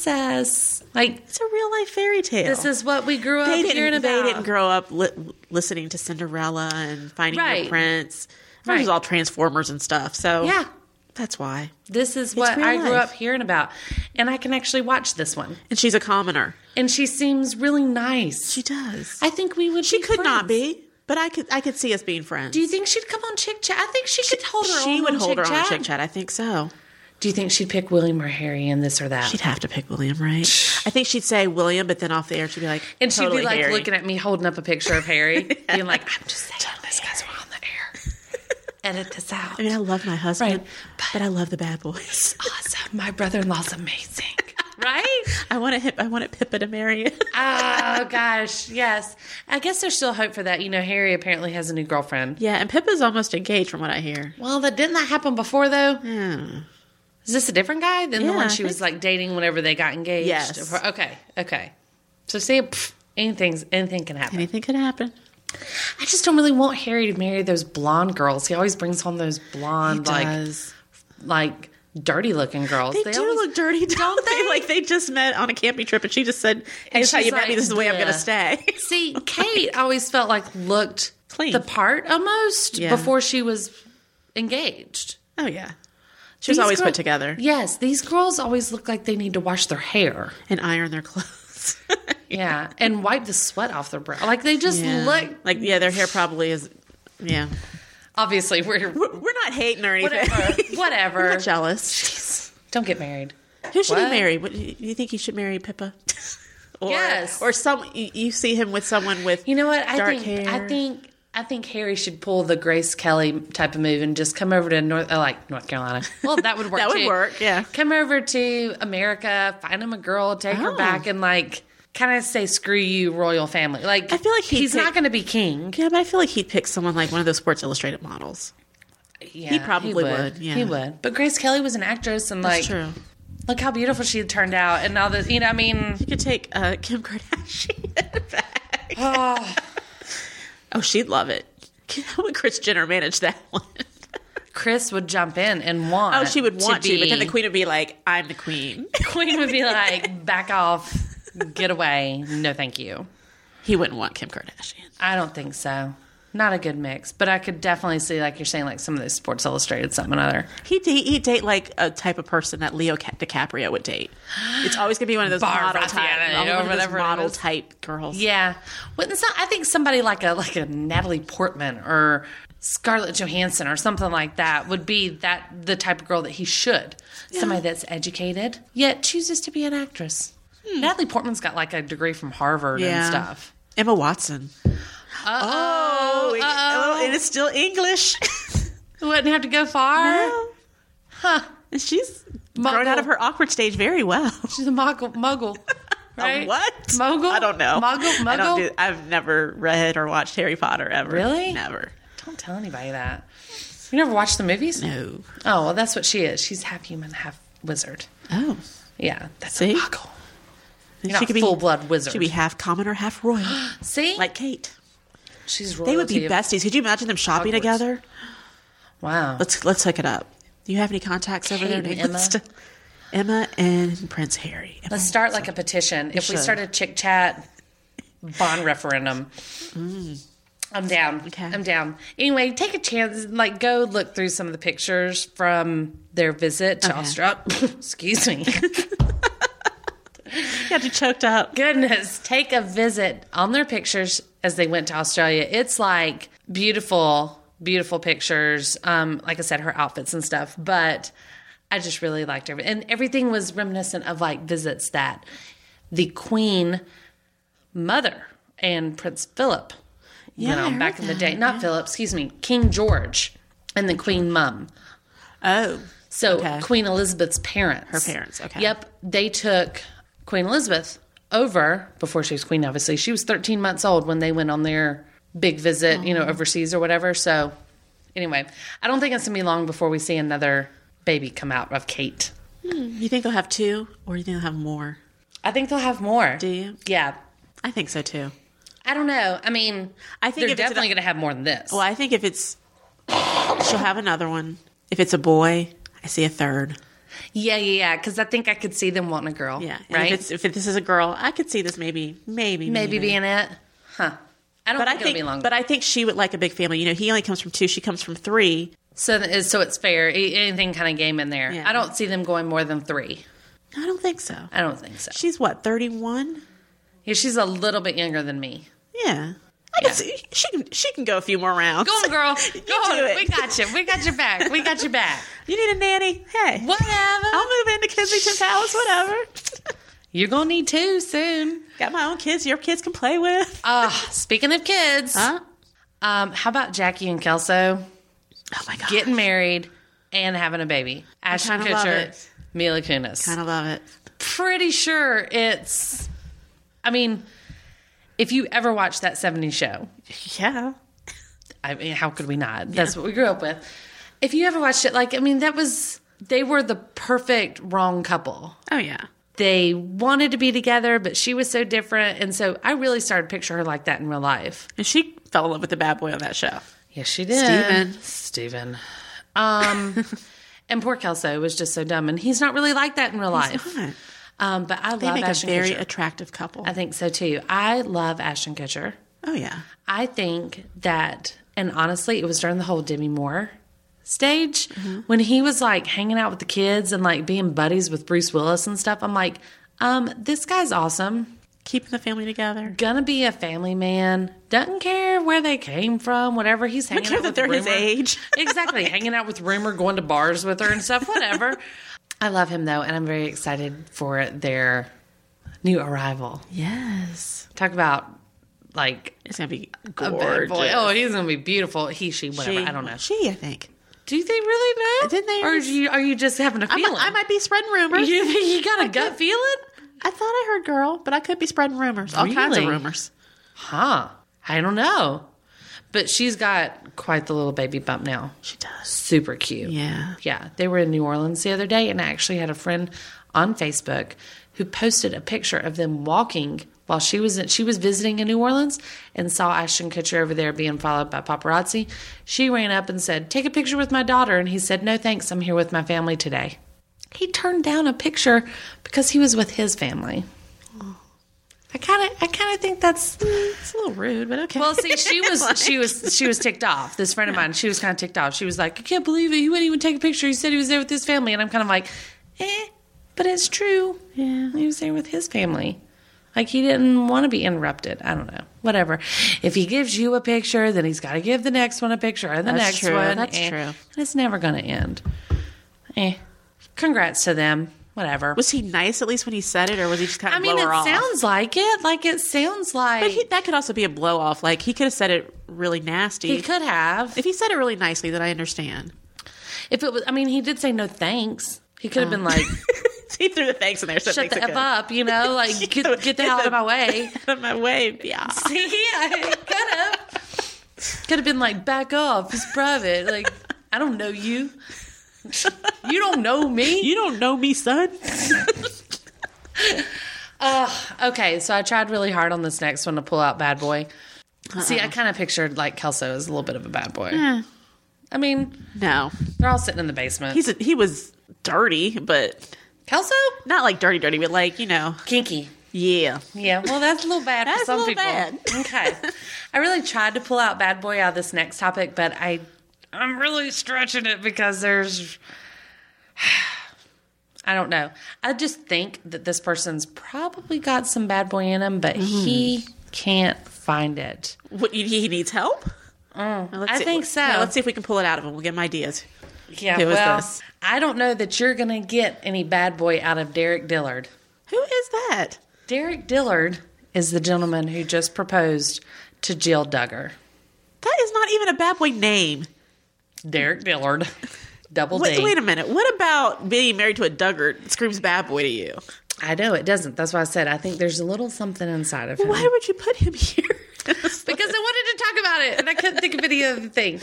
[SPEAKER 2] princess. Like,
[SPEAKER 3] it's a real life fairy tale.
[SPEAKER 2] this is what we grew up
[SPEAKER 3] Oh. they
[SPEAKER 2] hearing
[SPEAKER 3] didn't,
[SPEAKER 2] about.
[SPEAKER 3] they didn't grow up li- listening to Cinderella and Finding
[SPEAKER 2] Right.
[SPEAKER 3] Your Prince. It was
[SPEAKER 2] Right.
[SPEAKER 3] all Transformers and stuff. So
[SPEAKER 2] Yeah.
[SPEAKER 3] that's why.
[SPEAKER 2] This is what
[SPEAKER 3] real
[SPEAKER 2] I grew
[SPEAKER 3] life.
[SPEAKER 2] up hearing about. And I can actually watch this one.
[SPEAKER 3] And she's a commoner.
[SPEAKER 2] And she seems really nice.
[SPEAKER 3] She does.
[SPEAKER 2] I think we would
[SPEAKER 3] she
[SPEAKER 2] be
[SPEAKER 3] could not
[SPEAKER 2] friends.
[SPEAKER 3] be, but I could. I could see us being friends.
[SPEAKER 2] Do you think she'd come on Chick Chat? I think she could hold her own
[SPEAKER 3] she would
[SPEAKER 2] on
[SPEAKER 3] hold
[SPEAKER 2] Chick
[SPEAKER 3] her on
[SPEAKER 2] Chat.
[SPEAKER 3] Chick Chat. I think so.
[SPEAKER 2] Do you think she'd pick William or Harry in this or that?
[SPEAKER 3] She'd have to pick William, right? I think she'd say William, but then off the air she'd be like,
[SPEAKER 2] and she'd
[SPEAKER 3] totally
[SPEAKER 2] be like
[SPEAKER 3] Harry.
[SPEAKER 2] looking at me holding up a picture of Harry, being like, I'm just saying this because we're on the air. Edit this out.
[SPEAKER 3] I mean, I love my husband,
[SPEAKER 2] Right.
[SPEAKER 3] but I love the bad boys.
[SPEAKER 2] awesome. My brother in law's amazing. Right?
[SPEAKER 3] I want to. I wanted Pippa to marry. it.
[SPEAKER 2] Oh, gosh. Yes. I guess there's still hope for that. You know, Harry apparently has a new girlfriend.
[SPEAKER 3] yeah, and Pippa's almost engaged, from what I hear.
[SPEAKER 2] Well, that didn't that happen before, though?
[SPEAKER 3] Hmm.
[SPEAKER 2] Is this a different guy than
[SPEAKER 3] Yeah,
[SPEAKER 2] the one
[SPEAKER 3] I
[SPEAKER 2] she was like dating whenever they got engaged?
[SPEAKER 3] Yes.
[SPEAKER 2] Okay. Okay. So, see, pff, anything's, anything can happen.
[SPEAKER 3] Anything could happen.
[SPEAKER 2] I just don't really want Harry to marry those blonde girls. He always brings home those blonde, like,
[SPEAKER 3] Does.
[SPEAKER 2] like dirty looking girls.
[SPEAKER 3] They, do
[SPEAKER 2] always-
[SPEAKER 3] look dirty, don't, they? Like they just met on a camping trip, and she just said, "Here's how
[SPEAKER 2] she's
[SPEAKER 3] you met me.
[SPEAKER 2] like,
[SPEAKER 3] This is the way I'm going
[SPEAKER 2] "Duh."
[SPEAKER 3] to stay."
[SPEAKER 2] See, Kate always felt like looked
[SPEAKER 3] Clean.
[SPEAKER 2] the part almost
[SPEAKER 3] Yeah.
[SPEAKER 2] before she was engaged.
[SPEAKER 3] oh yeah, she was
[SPEAKER 2] These
[SPEAKER 3] always
[SPEAKER 2] girl-
[SPEAKER 3] put together
[SPEAKER 2] Yes, these girls always look like they need to wash their hair.
[SPEAKER 3] and iron their clothes.
[SPEAKER 2] Yeah, and wipe the sweat off their brow. Like they just
[SPEAKER 3] Yeah.
[SPEAKER 2] look.
[SPEAKER 3] like yeah, their hair probably is. Yeah,
[SPEAKER 2] Obviously, we're
[SPEAKER 3] we're, we're not hating or anything.
[SPEAKER 2] whatever,
[SPEAKER 3] We're
[SPEAKER 2] whatever.
[SPEAKER 3] not jealous.
[SPEAKER 2] Don't get married.
[SPEAKER 3] Who should
[SPEAKER 2] What?
[SPEAKER 3] he marry? What, do you think he should marry Pippa? or,
[SPEAKER 2] Yes.
[SPEAKER 3] Or some you, you see him with someone with
[SPEAKER 2] You know what? I
[SPEAKER 3] dark
[SPEAKER 2] think
[SPEAKER 3] hair.
[SPEAKER 2] I think I think Harry should pull the Grace Kelly type of move and just come over to North, uh, like North Carolina. Well, that would work.
[SPEAKER 3] That would
[SPEAKER 2] too.
[SPEAKER 3] work, yeah.
[SPEAKER 2] Come over to America, find him a girl, take her
[SPEAKER 3] Oh.
[SPEAKER 2] back, and like kind of say screw you royal family. Like
[SPEAKER 3] I feel like he'd
[SPEAKER 2] he's not
[SPEAKER 3] pick-
[SPEAKER 2] going to be king.
[SPEAKER 3] Yeah, but I feel like he'd pick someone like one of those Sports Illustrated models.
[SPEAKER 2] Yeah, he
[SPEAKER 3] probably would, yeah.
[SPEAKER 2] He would. But Grace Kelly was an actress and like
[SPEAKER 3] That's true.
[SPEAKER 2] look how beautiful she had turned out and all this, you know, I mean,
[SPEAKER 3] You could take uh, Kim Kardashian back. oh, she'd love it. How would Chris Jenner manage that one?
[SPEAKER 2] Chris would jump in and want
[SPEAKER 3] Oh, she would want to, but then the
[SPEAKER 2] Uh, be-
[SPEAKER 3] queen would be like, "I'm the queen."
[SPEAKER 2] queen would be like back off, get away. No thank you.
[SPEAKER 3] he wouldn't want Kim Kardashian.
[SPEAKER 2] I don't think so. Not a good mix, but I could definitely see, like you're saying, like some of those Sports Illustrated, something or other.
[SPEAKER 3] He'd, he'd date like a type of person that Leo Ca- DiCaprio would date. It's always gonna be one of those model
[SPEAKER 2] Barbara
[SPEAKER 3] type,
[SPEAKER 2] Tiana,
[SPEAKER 3] one
[SPEAKER 2] or
[SPEAKER 3] of those
[SPEAKER 2] whatever it
[SPEAKER 3] model
[SPEAKER 2] is.
[SPEAKER 3] type girls.
[SPEAKER 2] Yeah, well, it's not, I think somebody like a like a Natalie Portman or Scarlett Johansson or something like that would be that the type of girl that he should. Somebody that's educated yet chooses to be an actress. Natalie Portman's got like a degree from Harvard and
[SPEAKER 3] Yeah.
[SPEAKER 2] stuff.
[SPEAKER 3] Emma Watson. Oh, it- oh, and it's still English.
[SPEAKER 2] Wouldn't have to go far.
[SPEAKER 3] Huh. And she's
[SPEAKER 2] Muggle.
[SPEAKER 3] grown out of her awkward stage very well.
[SPEAKER 2] She's a muggle. muggle right?
[SPEAKER 3] A what?
[SPEAKER 2] Mogul?
[SPEAKER 3] I don't know.
[SPEAKER 2] Muggle? Muggle?
[SPEAKER 3] I don't do, I've never read or watched Harry Potter ever.
[SPEAKER 2] Really?
[SPEAKER 3] Never.
[SPEAKER 2] Don't tell anybody that. You never watched the movies?
[SPEAKER 3] No.
[SPEAKER 2] Oh, well, that's what she is. She's half human, half wizard.
[SPEAKER 3] Oh.
[SPEAKER 2] Yeah, that's
[SPEAKER 3] See?
[SPEAKER 2] a muggle. You're not full-blood wizard.
[SPEAKER 3] She'd be half commoner, half royal,
[SPEAKER 2] See?
[SPEAKER 3] like Kate.
[SPEAKER 2] she's royalty.
[SPEAKER 3] They would be
[SPEAKER 2] of-
[SPEAKER 3] besties. Could you imagine them shopping
[SPEAKER 2] Hogwarts.
[SPEAKER 3] together?
[SPEAKER 2] Wow.
[SPEAKER 3] Let's let's hook it up. Do you have any contacts over
[SPEAKER 2] Kate
[SPEAKER 3] there? in
[SPEAKER 2] and
[SPEAKER 3] England
[SPEAKER 2] Emma.
[SPEAKER 3] still? Emma and Prince Harry. Emma
[SPEAKER 2] Let's
[SPEAKER 3] and
[SPEAKER 2] start like a petition. If we
[SPEAKER 3] should.
[SPEAKER 2] start a chick chat bond referendum, I'm down.
[SPEAKER 3] Mm. Okay.
[SPEAKER 2] I'm down. Anyway, take a chance. Like, go look through some of the pictures from their visit to
[SPEAKER 3] Okay.
[SPEAKER 2] Australia. Excuse me.
[SPEAKER 3] Harry. Got you choked up.
[SPEAKER 2] Goodness, take a visit on their pictures as they went to Australia. It's like beautiful, beautiful pictures. Um, like I said, her outfits and stuff. But I just really liked everything, and everything was reminiscent of like visits that the Queen Mother and Prince Philip
[SPEAKER 3] Yeah,
[SPEAKER 2] went
[SPEAKER 3] I
[SPEAKER 2] on
[SPEAKER 3] heard
[SPEAKER 2] back in the
[SPEAKER 3] that.
[SPEAKER 2] day. Not Philip, excuse me, King George and the Queen Mum.
[SPEAKER 3] Oh,
[SPEAKER 2] So
[SPEAKER 3] Okay.
[SPEAKER 2] Queen Elizabeth's parents.
[SPEAKER 3] Her parents, okay.
[SPEAKER 2] Yep. They took Queen Elizabeth over before she was queen, obviously. She was 13 months old when they went on their big visit, you know, overseas or whatever. So anyway, I don't think it's going to be long before we see another baby come out of Kate.
[SPEAKER 3] you think they'll have two, or you think they'll have more?
[SPEAKER 2] I think they'll have more.
[SPEAKER 3] Do you?
[SPEAKER 2] Yeah.
[SPEAKER 3] I think so too.
[SPEAKER 2] I don't know. I mean,
[SPEAKER 3] I
[SPEAKER 2] they're
[SPEAKER 3] think if it's an-
[SPEAKER 2] definitely going to have more than this.
[SPEAKER 3] Well, I think if it's she'll have another one. If it's a boy, I see a third.
[SPEAKER 2] yeah, yeah, yeah. Because I think I could see them wanting a girl.
[SPEAKER 3] Yeah, and
[SPEAKER 2] Right?
[SPEAKER 3] If, it's, if this is a girl, I could see this maybe, maybe,
[SPEAKER 2] Maybe being it. Huh. I don't
[SPEAKER 3] But I
[SPEAKER 2] think it'll
[SPEAKER 3] think,
[SPEAKER 2] be long.
[SPEAKER 3] but I think she would like a big family. You know, he only comes from two; she comes from three.
[SPEAKER 2] So th- so it's fair. A- Anything kind of game in there.
[SPEAKER 3] Yeah.
[SPEAKER 2] I don't see them going more than three.
[SPEAKER 3] I don't think so.
[SPEAKER 2] I don't think so.
[SPEAKER 3] She's what thirty-one.
[SPEAKER 2] Yeah, she's a little bit younger than me.
[SPEAKER 3] Yeah, I
[SPEAKER 2] Yeah.
[SPEAKER 3] can see she can she can go a few more rounds.
[SPEAKER 2] Go on, girl.
[SPEAKER 3] you
[SPEAKER 2] Go on.
[SPEAKER 3] do it.
[SPEAKER 2] We got you. We got your back. We got your back.
[SPEAKER 3] You need a nanny. Hey,
[SPEAKER 2] Whatever.
[SPEAKER 3] I'll move into Kensington Palace. Whatever.
[SPEAKER 2] You're gonna need two soon.
[SPEAKER 3] Got my own kids. Your kids can play with.
[SPEAKER 2] Uh, speaking of kids,
[SPEAKER 3] Huh?
[SPEAKER 2] um, how about Jackie and Kelso
[SPEAKER 3] Oh my god.
[SPEAKER 2] getting married and having a baby? Ashton
[SPEAKER 3] kinda love
[SPEAKER 2] Kutcher,
[SPEAKER 3] it.
[SPEAKER 2] Mila Kunis.
[SPEAKER 3] kind of love it.
[SPEAKER 2] pretty sure it's. I mean, if you ever watched that '70s show,
[SPEAKER 3] Yeah.
[SPEAKER 2] I mean, how could we not? That's what we grew up with. If you ever watched it, like, I mean, that was, they were the perfect wrong couple.
[SPEAKER 3] Oh yeah.
[SPEAKER 2] They wanted to be together, but she was so different. And so I really started to picture her like that in real life.
[SPEAKER 3] And she fell in love with the bad boy on that show.
[SPEAKER 2] Yes, she did.
[SPEAKER 3] Steven.
[SPEAKER 2] Steven. Um, and poor Kelso was just so dumb. And he's not really like that in real life.
[SPEAKER 3] not.
[SPEAKER 2] Um, but I
[SPEAKER 3] They
[SPEAKER 2] love
[SPEAKER 3] make
[SPEAKER 2] Ashton
[SPEAKER 3] a very
[SPEAKER 2] Kutcher.
[SPEAKER 3] attractive couple.
[SPEAKER 2] I think so too. I love Ashton Kutcher.
[SPEAKER 3] oh yeah.
[SPEAKER 2] I think that, and honestly, it was during the whole Demi Moore stage
[SPEAKER 3] Mm-hmm.
[SPEAKER 2] when he was like hanging out with the kids and like being buddies with Bruce Willis and stuff. I'm like, um, this guy's awesome.
[SPEAKER 3] Keeping the family together.
[SPEAKER 2] Gonna be a family man. Doesn't care where they came from, whatever. He's hanging
[SPEAKER 3] care
[SPEAKER 2] out
[SPEAKER 3] that
[SPEAKER 2] with
[SPEAKER 3] they're his
[SPEAKER 2] Rumor.
[SPEAKER 3] age.
[SPEAKER 2] exactly. Hanging out with Rumor, going to bars with her and stuff, whatever. I love him though, and I'm very excited for their new arrival.
[SPEAKER 3] Yes.
[SPEAKER 2] Talk about like
[SPEAKER 3] It's gonna be
[SPEAKER 2] a
[SPEAKER 3] gorgeous.
[SPEAKER 2] bad boy. Oh, he's gonna be beautiful. He, she, whatever.
[SPEAKER 3] She-
[SPEAKER 2] I don't know.
[SPEAKER 3] She, I think.
[SPEAKER 2] Do they really know?
[SPEAKER 3] Didn't they
[SPEAKER 2] Or
[SPEAKER 3] just-
[SPEAKER 2] do you, are you just having a
[SPEAKER 3] I
[SPEAKER 2] feeling?
[SPEAKER 3] might, I might be spreading rumors.
[SPEAKER 2] You, you got a gut feeling?
[SPEAKER 3] I thought I heard girl, but I could be spreading rumors, all kinds of
[SPEAKER 2] Really?
[SPEAKER 3] rumors.
[SPEAKER 2] Huh. I don't know. But she's got quite the little baby bump now.
[SPEAKER 3] She does.
[SPEAKER 2] Super cute.
[SPEAKER 3] Yeah.
[SPEAKER 2] Yeah. They were in New Orleans the other day, and I actually had a friend on Facebook who posted a picture of them walking while she was in, she was visiting in New Orleans and saw Ashton Kutcher over there being followed by paparazzi. She ran up and said, "Take a picture with my daughter," and he said, "No thanks. I'm here with my family today." He turned down a picture because he was with his family. I kind of I kind of think that's
[SPEAKER 3] It's a little rude, but okay.
[SPEAKER 2] well, see, she was she was she was ticked off. This friend of mine, she was kind of ticked off. She was like, "I can't believe it. He wouldn't even take a picture. He said he was there with his family." And I'm kind of like, "Eh, but it's true. Yeah, he was there with his family. Like he didn't want to be interrupted. I don't know. Whatever. If he gives you a picture, then he's got to give the next one a picture and the
[SPEAKER 3] That's
[SPEAKER 2] next
[SPEAKER 3] true.
[SPEAKER 2] one.
[SPEAKER 3] That's
[SPEAKER 2] eh.
[SPEAKER 3] true.
[SPEAKER 2] And it's never going to end. Eh. Congrats to them. Whatever.
[SPEAKER 3] was he nice at least when he said it, or was he just kind of
[SPEAKER 2] I mean, it
[SPEAKER 3] blow her off?
[SPEAKER 2] sounds like it. Like it sounds like
[SPEAKER 3] But he, that could also be a blow off. Like he could have said it really nasty.
[SPEAKER 2] he could have.
[SPEAKER 3] If he said it really nicely, then I understand.
[SPEAKER 2] If it was, I mean, he did say no thanks. He could have been like,
[SPEAKER 3] he threw the thanks in there. So it
[SPEAKER 2] shut
[SPEAKER 3] makes
[SPEAKER 2] the F
[SPEAKER 3] it good.
[SPEAKER 2] up, you know, like, get, get the hell out of my way.
[SPEAKER 3] Out of my way. Yeah.
[SPEAKER 2] See, I could have. Could have been like, back off, it's private. Like, I don't know you. You don't know me.
[SPEAKER 3] You don't know me, son.
[SPEAKER 2] Okay, so I tried really hard on this next one to pull out bad boy. See,
[SPEAKER 3] Uh-uh.
[SPEAKER 2] I kind of pictured like Kelso as a little bit of a bad boy. I mean,
[SPEAKER 3] No,
[SPEAKER 2] they're all sitting in the basement.
[SPEAKER 3] he's a, he was dirty, but
[SPEAKER 2] Kelso?
[SPEAKER 3] not like dirty, dirty, but like you know,
[SPEAKER 2] Kinky.
[SPEAKER 3] yeah.
[SPEAKER 2] Yeah, well, that's a little bad for
[SPEAKER 3] That's a
[SPEAKER 2] some
[SPEAKER 3] little
[SPEAKER 2] people.
[SPEAKER 3] bad.
[SPEAKER 2] okay, I really tried to pull out bad boy out of this next topic, but I, I'm really stretching it because there's, I don't know. I just think that this person's probably got some bad boy in him, but
[SPEAKER 3] Mm-hmm.
[SPEAKER 2] he can't find it.
[SPEAKER 3] What, he- he needs help. Now, let's
[SPEAKER 2] Mm. I
[SPEAKER 3] see-
[SPEAKER 2] think so.
[SPEAKER 3] now, let's see if we can pull it out of him. We'll get my ideas.
[SPEAKER 2] Yeah,
[SPEAKER 3] Who is
[SPEAKER 2] well,
[SPEAKER 3] this?
[SPEAKER 2] I don't know that you're gonna get any bad boy out of Derek Dillard.
[SPEAKER 3] Who is that?
[SPEAKER 2] Derek Dillard is the gentleman who just proposed to Jill Duggar.
[SPEAKER 3] That is not even a bad boy name.
[SPEAKER 2] Derek Dillard. Double
[SPEAKER 3] Wait,
[SPEAKER 2] D.
[SPEAKER 3] wait a minute. What about being married to a Duggart screams bad boy to you?
[SPEAKER 2] I know it doesn't. That's why I said I think there's a little something inside of him.
[SPEAKER 3] Why would you put him here?
[SPEAKER 2] Because I wanted to talk about it and I couldn't think of any other thing.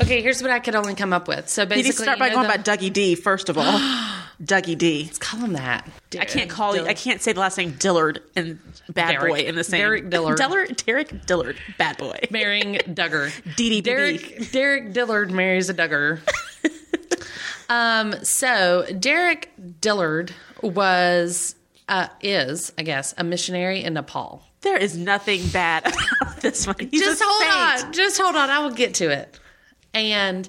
[SPEAKER 2] Okay, here's what I could only come up with. So
[SPEAKER 3] you
[SPEAKER 2] basically,
[SPEAKER 3] need to start by
[SPEAKER 2] you know
[SPEAKER 3] going
[SPEAKER 2] the-
[SPEAKER 3] by Dougie D first of all. Dougie D.
[SPEAKER 2] Let's call him that.
[SPEAKER 3] I can't call you. I can't say the last name Dillard and bad
[SPEAKER 2] Derek-
[SPEAKER 3] boy in the same.
[SPEAKER 2] Derek Dillard.
[SPEAKER 3] Dillard. Derek Dillard. Bad boy.
[SPEAKER 2] marrying Duggar.
[SPEAKER 3] DDB.
[SPEAKER 2] Derek Derek Dillard marries a Duggar. um, so Derek Dillard was uh, is I guess a missionary in Nepal.
[SPEAKER 3] There is nothing bad about this one. He's
[SPEAKER 2] just
[SPEAKER 3] a
[SPEAKER 2] hold
[SPEAKER 3] saint.
[SPEAKER 2] on. Just hold on. I will get to it. And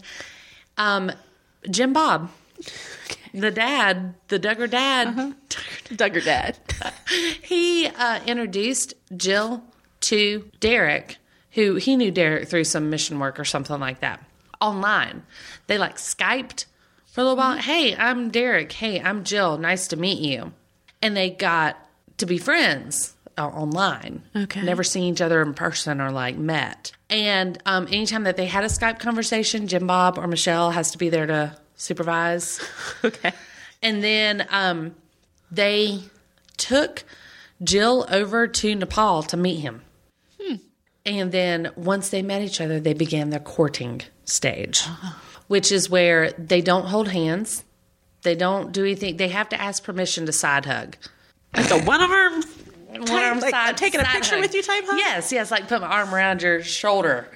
[SPEAKER 2] um, Jim Bob, the dad, the Duggar dad,
[SPEAKER 3] Uh-huh. Duggar dad.
[SPEAKER 2] he uh, introduced Jill to Derek, who he knew Derek through some mission work or something like that online. They like Skyped for a little while. Hey, I'm Derek. Hey, I'm Jill. Nice to meet you. And they got to be friends uh, online.
[SPEAKER 3] Okay.
[SPEAKER 2] Never seen each other in person or like met. And um, anytime that they had a Skype conversation, Jim Bob or Michelle has to be there to supervise.
[SPEAKER 3] Okay.
[SPEAKER 2] And then um, they took Jill over to Nepal to meet him. And then once they met each other, they began their courting stage, which is where they don't hold hands, they don't do anything. They have to ask permission to side hug.
[SPEAKER 3] Like a one arm.
[SPEAKER 2] One arm
[SPEAKER 3] like, I'm taking a picture with you type hug?
[SPEAKER 2] Yes, yes, like put my arm around your shoulder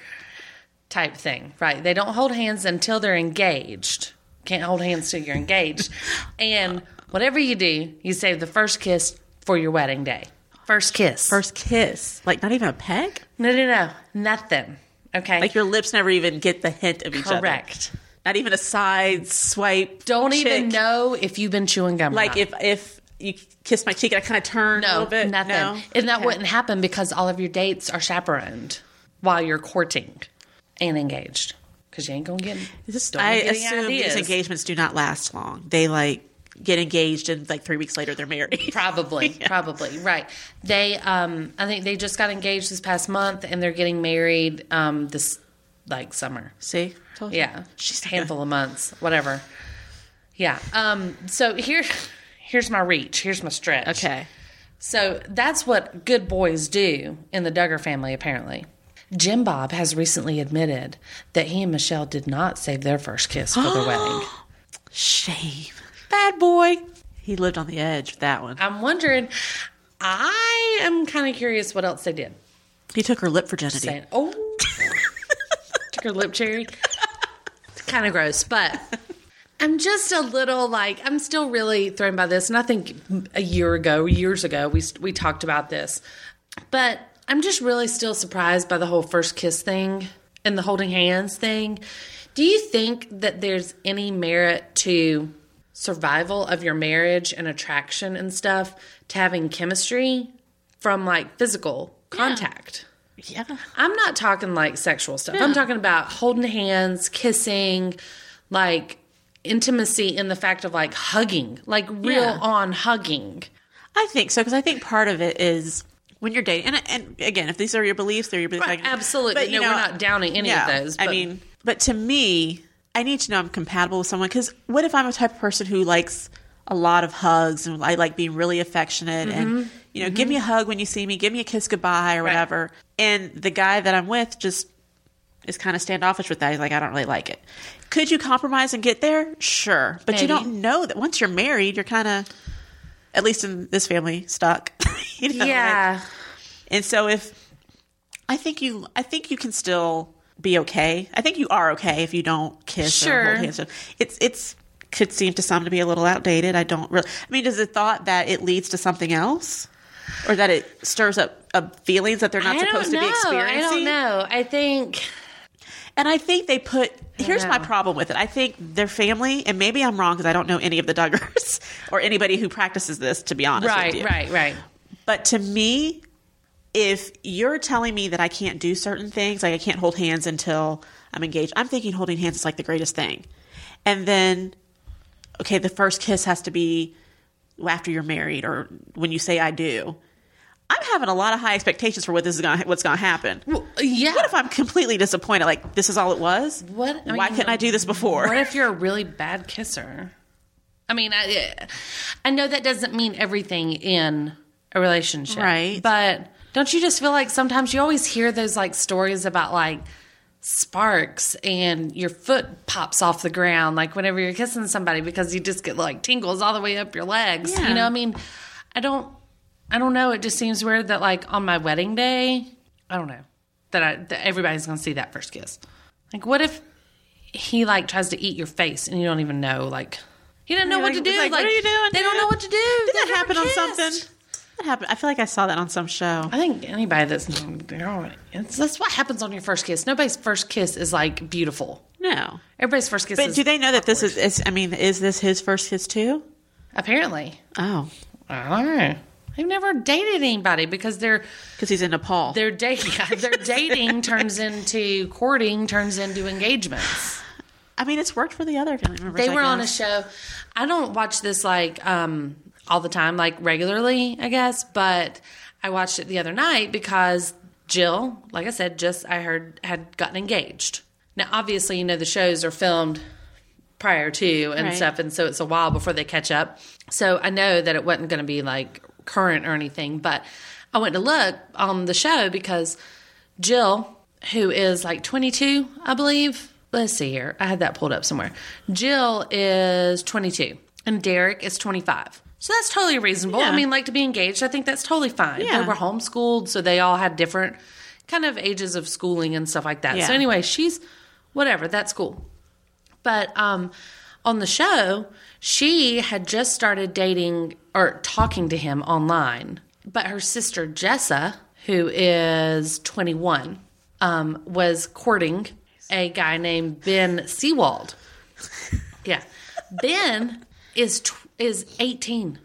[SPEAKER 2] type thing. Right. They don't hold hands until they're engaged. Can't hold hands till you're engaged. and whatever you do, you save the first kiss for your wedding day. First kiss.
[SPEAKER 3] First kiss. Like not even a peck.
[SPEAKER 2] No, no, no. Nothing. Okay.
[SPEAKER 3] Like your lips never even get the hint of each other.
[SPEAKER 2] Correct.
[SPEAKER 3] Not even a side swipe.
[SPEAKER 2] Don't even
[SPEAKER 3] chick.
[SPEAKER 2] know if you've been chewing gum. or
[SPEAKER 3] Like
[SPEAKER 2] not.
[SPEAKER 3] if if you kiss my cheek and I kind of turn a
[SPEAKER 2] no,
[SPEAKER 3] little bit.
[SPEAKER 2] nothing.
[SPEAKER 3] No?
[SPEAKER 2] And that
[SPEAKER 3] Okay.
[SPEAKER 2] wouldn't happen because all of your dates are chaperoned while you're courting and engaged. Because you ain't gonna get.
[SPEAKER 3] This-
[SPEAKER 2] don't
[SPEAKER 3] I
[SPEAKER 2] get any
[SPEAKER 3] assume
[SPEAKER 2] ideas.
[SPEAKER 3] these engagements do not last long. They like get engaged and like three weeks later they're married.
[SPEAKER 2] Probably, probably right. They, um, I think they just got engaged this past month, and they're getting married um, this like summer.
[SPEAKER 3] See? Told you.
[SPEAKER 2] Yeah,
[SPEAKER 3] She's
[SPEAKER 2] a handful of months, whatever. Yeah. Um. So here, here's my reach. Here's my stretch.
[SPEAKER 3] Okay.
[SPEAKER 2] So that's what good boys do in the Duggar family, apparently. Jim Bob has recently admitted that he and Michelle did not save their first kiss for their wedding.
[SPEAKER 3] Shame.
[SPEAKER 2] Bad boy.
[SPEAKER 3] He lived on the edge with that one.
[SPEAKER 2] I'm wondering, I am kind of curious what else they did.
[SPEAKER 3] He took her lip virginity.
[SPEAKER 2] Saying, oh, took her lip cherry. kind of gross, but I'm just a little like I'm still really thrown by this. And I think a year ago, years ago, we we talked about this, but I'm just really still surprised by the whole first kiss thing and the holding hands thing. Do you think that there's any merit to survival of your marriage and attraction and stuff to having chemistry from like physical contact?
[SPEAKER 3] Yeah.
[SPEAKER 2] I'm not talking like sexual stuff. I'm talking about holding hands, kissing, like intimacy in the fact of like hugging, like real
[SPEAKER 3] Yeah.
[SPEAKER 2] on hugging.
[SPEAKER 3] I think so because I think part of it is when you're dating, and, and again, if these are your beliefs, they're your beliefs.
[SPEAKER 2] Right,
[SPEAKER 3] I can-
[SPEAKER 2] absolutely. No, we're not downing any of those,
[SPEAKER 3] I
[SPEAKER 2] but-
[SPEAKER 3] mean, but to me, I need to know I'm compatible with someone because what if I'm a type of person who likes a lot of hugs and I like being really affectionate
[SPEAKER 2] Mm-hmm.
[SPEAKER 3] and you know, give me a hug when you see me, give me a kiss goodbye or whatever, and the guy that I'm with just is kind of standoffish with that. He's like, I don't really like it. Could you compromise and get there? Sure, but you
[SPEAKER 2] Maybe.
[SPEAKER 3] don't know that once you're married, you're kind of at least in this family, stuck. You know, like-
[SPEAKER 2] Yeah.
[SPEAKER 3] and so if I think you, I think you can still be okay. I think you are okay if you don't kiss or
[SPEAKER 2] Sure.
[SPEAKER 3] hold hands. It's it's could seem to some to be a little outdated. I don't really. I mean, does the thought that it leads to something else, or that it stirs up, up feelings that they're not
[SPEAKER 2] I don't
[SPEAKER 3] supposed
[SPEAKER 2] know.
[SPEAKER 3] to be experiencing?
[SPEAKER 2] I don't know. I think
[SPEAKER 3] And I think they put. Here's my
[SPEAKER 2] know.
[SPEAKER 3] problem with it. I think their family, and maybe I'm wrong because I don't know any of the Duggars or anybody who practices this. To be honest, with
[SPEAKER 2] right,
[SPEAKER 3] you.
[SPEAKER 2] right, right.
[SPEAKER 3] But to me, if you're telling me that I can't do certain things, like I can't hold hands until I'm engaged, I'm thinking holding hands is like the greatest thing. And then, okay, the first kiss has to be after you're married or when you say I do. I'm having a lot of high expectations for what this is going what's going to happen.
[SPEAKER 2] Yeah.
[SPEAKER 3] What if I'm completely disappointed? Like this is all it was.
[SPEAKER 2] What- I
[SPEAKER 3] Why
[SPEAKER 2] mean,
[SPEAKER 3] couldn't I do this before?
[SPEAKER 2] What if you're a really bad kisser? I mean, I I know that doesn't mean everything in a relationship,
[SPEAKER 3] Right.
[SPEAKER 2] But don't you just feel like sometimes you always hear those like stories about like sparks and your foot pops off the ground like whenever you're kissing somebody because you just get like tingles all the way up your legs.
[SPEAKER 3] Yeah.
[SPEAKER 2] You know, I mean, I don't I don't know, it just seems weird that like on my wedding day, I don't know, that I that everybody's going to see that first kiss. Like what if he like tries to eat your face and you don't even know like he doesn't know
[SPEAKER 3] Yeah,
[SPEAKER 2] what to
[SPEAKER 3] like-
[SPEAKER 2] do.
[SPEAKER 3] like,
[SPEAKER 2] Like,
[SPEAKER 3] what are you doing,
[SPEAKER 2] They don't
[SPEAKER 3] dude?
[SPEAKER 2] know what to do.
[SPEAKER 3] Did
[SPEAKER 2] They've
[SPEAKER 3] that
[SPEAKER 2] never
[SPEAKER 3] happen on
[SPEAKER 2] kissed.
[SPEAKER 3] something? That happened. I feel like I saw that on some show.
[SPEAKER 2] I think anybody that's they're all- it's, that's what happens on your first kiss. Nobody's first kiss is like beautiful.
[SPEAKER 3] No.
[SPEAKER 2] Everybody's first kiss
[SPEAKER 3] But
[SPEAKER 2] is
[SPEAKER 3] do they know that this is, is? I mean, is this his first kiss too?
[SPEAKER 2] apparently.
[SPEAKER 3] Oh,
[SPEAKER 2] I don't know. I've never dated anybody because they're
[SPEAKER 3] because he's in Nepal.
[SPEAKER 2] their dating their dating turns into courting turns into engagements
[SPEAKER 3] I mean, it's worked for the other family members.
[SPEAKER 2] they
[SPEAKER 3] I
[SPEAKER 2] were on a
[SPEAKER 3] guess.
[SPEAKER 2] show i don't watch this like um all the time like regularly i guess but i watched it the other night because jill like i said just i heard had gotten engaged now obviously you know the shows are filmed prior to and
[SPEAKER 3] Right.
[SPEAKER 2] stuff and so it's a while before they catch up so i know that it wasn't going to be like current or anything but i went to look on the show because jill who is like 22 i believe let's see here i had that pulled up somewhere jill is 22 and derek is 25 so that's totally reasonable
[SPEAKER 3] Yeah.
[SPEAKER 2] i mean like to be engaged i think that's totally fine
[SPEAKER 3] Yeah.
[SPEAKER 2] they were homeschooled so they all had different kind of ages of schooling and stuff like that
[SPEAKER 3] Yeah.
[SPEAKER 2] so anyway she's whatever that's cool but um, on the show, she had just started dating or talking to him online. But her sister Jessa, who is 21, um, was courting a guy named Ben Seawald. Yeah, Ben is tw- is 18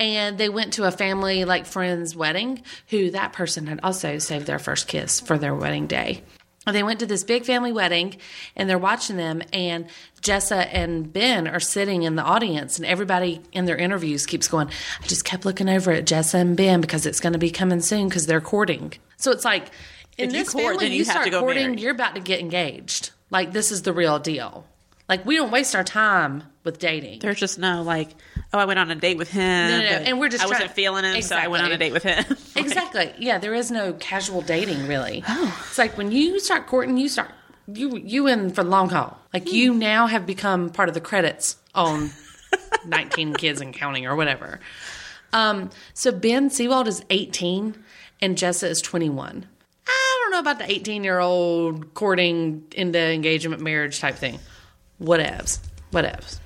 [SPEAKER 2] and they went to a family like friend's wedding who that person had also saved their first kiss for their wedding day and they went to this big family wedding and they're watching them and jessa and ben are sitting in the audience and everybody in their interviews keeps going i just kept looking over at jessa and ben because it's going to be coming soon because they're courting so it's like in
[SPEAKER 3] If you
[SPEAKER 2] this
[SPEAKER 3] court,
[SPEAKER 2] family
[SPEAKER 3] then
[SPEAKER 2] you,
[SPEAKER 3] you have to
[SPEAKER 2] start
[SPEAKER 3] go
[SPEAKER 2] courting
[SPEAKER 3] marry.
[SPEAKER 2] you're about to get engaged like this is the real deal Like we don't waste our time with dating.
[SPEAKER 3] There's just no like, oh, I went on a date with him.
[SPEAKER 2] No, no, no.
[SPEAKER 3] but
[SPEAKER 2] And we're just
[SPEAKER 3] I wasn't
[SPEAKER 2] trying-
[SPEAKER 3] feeling him, so I went on a date with him. Like,
[SPEAKER 2] Exactly. Yeah, there is no casual dating really. It's like when you start courting, you start you you in for the long haul. Like you now have become part of the credits on 19 kids and counting or whatever. Um, so Ben Seawald is 18 and Jessa is 21. I don't know about the 18 year old courting into engagement marriage type thing. Whatevs. Whatevs.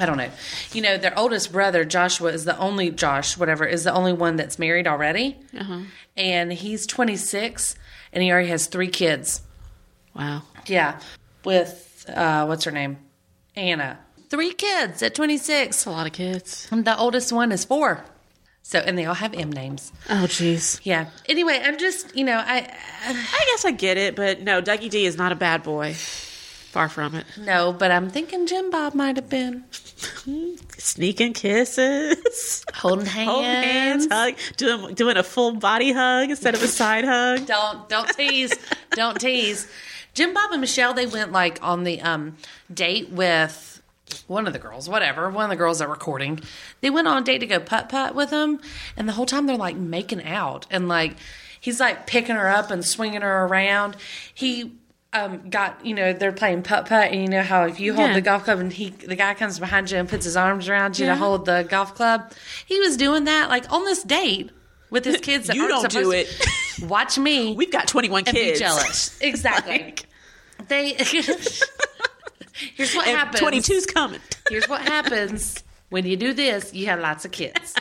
[SPEAKER 2] I don't know. You know, their oldest brother, Joshua, is the only, Josh, whatever, is the only one that's married already. And he's 26 and he already has three kids.
[SPEAKER 3] wow.
[SPEAKER 2] Yeah. With, uh, what's her name? Anna. Three kids at 26.
[SPEAKER 3] It's a lot of kids.
[SPEAKER 2] And the oldest one is four. So, and they all have M names.
[SPEAKER 3] Oh, jeez.
[SPEAKER 2] Yeah. Anyway, I'm just, you know, I,
[SPEAKER 3] I guess I get it, but no, Dougie D is not a bad boy. Far from it.
[SPEAKER 2] no, but I'm thinking Jim Bob might have been
[SPEAKER 3] Sneaking kisses,
[SPEAKER 2] holding hands.
[SPEAKER 3] holding hands, hug, doing doing a full body hug instead of a side hug.
[SPEAKER 2] don't don't tease don't tease jim bob and michelle they went like on the um date with one of the girls whatever one of the girls that were courting they went on a date to go putt putt with him and the whole time they're like making out and like he's like picking her up and swinging her around he um, got you know they're playing putt putt and you know how if you hold
[SPEAKER 3] Yeah.
[SPEAKER 2] the golf club and he the guy comes behind you and puts his arms around you
[SPEAKER 3] Yeah.
[SPEAKER 2] to hold the golf club he was doing that like on this date with his kids that
[SPEAKER 3] You
[SPEAKER 2] aren't
[SPEAKER 3] don't do
[SPEAKER 2] supposed to- watch me
[SPEAKER 3] We've got 21
[SPEAKER 2] and
[SPEAKER 3] kids.
[SPEAKER 2] be jealous. Exactly.
[SPEAKER 3] Like-
[SPEAKER 2] they here's what
[SPEAKER 3] And
[SPEAKER 2] happens.
[SPEAKER 3] 22's coming.
[SPEAKER 2] Here's what happens when you do this. You have lots of kids.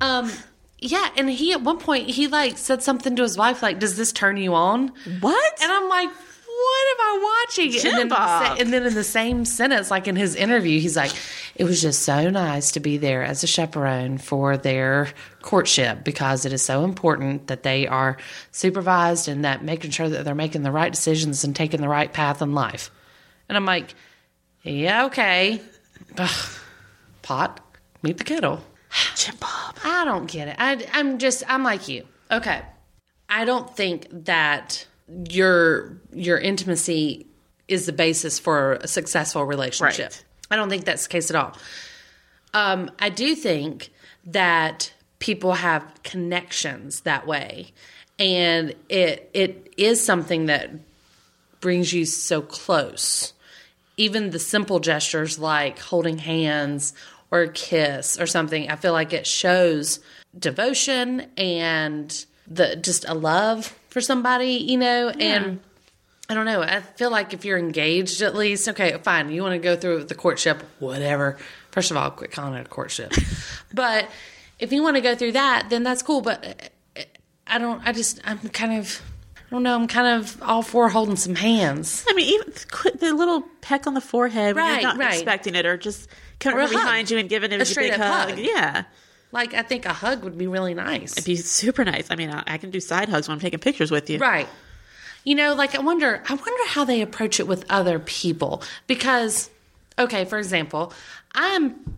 [SPEAKER 2] Um. Yeah, and he at one point he like said something to his wife like, "Does this turn you on?"
[SPEAKER 3] What?
[SPEAKER 2] And I'm like, "What am I watching?"
[SPEAKER 3] Jim
[SPEAKER 2] and, then
[SPEAKER 3] Bob.
[SPEAKER 2] and then in the same sentence, like in his interview, he's like, "It was just so nice to be there as a chaperone for their courtship because it is so important that they are supervised and that making sure that they're making the right decisions and taking the right path in life." And I'm like, "Yeah, okay, Ugh. pot meet the kettle."
[SPEAKER 3] Jim Bob.
[SPEAKER 2] I don't get it. I, I'm just I'm like you. Okay. I don't think that your your intimacy is the basis for a successful relationship.
[SPEAKER 3] Right.
[SPEAKER 2] I don't think that's the case at all. Um, I do think that people have connections that way, and it it is something that brings you so close. Even the simple gestures like holding hands or a kiss or something, I feel like it shows devotion and the just a love for somebody, you know, and I don't know. I feel like if you're engaged at least, okay, fine, you want to go through the courtship, whatever. First of all, quit calling it a courtship. but if you want to go through that, then that's cool, but uh, I don't I just I'm kind of I don't know. I'm kind of all for holding some hands.
[SPEAKER 3] I mean, even quit the little peck on the forehead when
[SPEAKER 2] Right,
[SPEAKER 3] you're not
[SPEAKER 2] right.
[SPEAKER 3] expecting it, or just coming
[SPEAKER 2] Or a
[SPEAKER 3] from behind
[SPEAKER 2] hug.
[SPEAKER 3] you and giving
[SPEAKER 2] A
[SPEAKER 3] him a, big
[SPEAKER 2] straight-up
[SPEAKER 3] hug.
[SPEAKER 2] hug.
[SPEAKER 3] Yeah.
[SPEAKER 2] Like I think a hug would be really nice.
[SPEAKER 3] It'd be super nice. I mean, I, I can do side hugs when I'm taking pictures with you.
[SPEAKER 2] Right. You know, like I wonder I wonder how they approach it with other people because okay, for example, I'm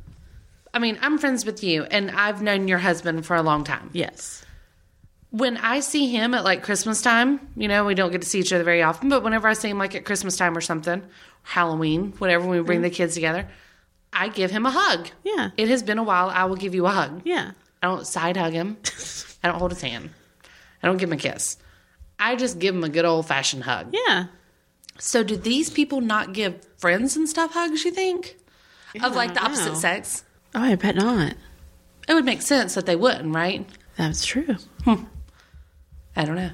[SPEAKER 2] I mean, I'm friends with you and I've known your husband for a long time.
[SPEAKER 3] Yes.
[SPEAKER 2] When I see him at like Christmas time, you know, we don't get to see each other very often, but whenever I see him like at Christmas time or something, Halloween, whatever, when we bring the kids together, I give him a hug.
[SPEAKER 3] Mm-hmm. Yeah.
[SPEAKER 2] It has been a while. I will give you a hug.
[SPEAKER 3] Yeah.
[SPEAKER 2] I don't side hug him. I don't hold his hand. I don't give him a kiss. I just give him a good old fashioned hug.
[SPEAKER 3] Yeah.
[SPEAKER 2] So, do these people not give friends and stuff hugs, you think? of like the
[SPEAKER 3] I don't
[SPEAKER 2] opposite
[SPEAKER 3] know.
[SPEAKER 2] sex?
[SPEAKER 3] Oh, I bet not.
[SPEAKER 2] It would make sense that they wouldn't, right?
[SPEAKER 3] That's true.
[SPEAKER 2] I don't know.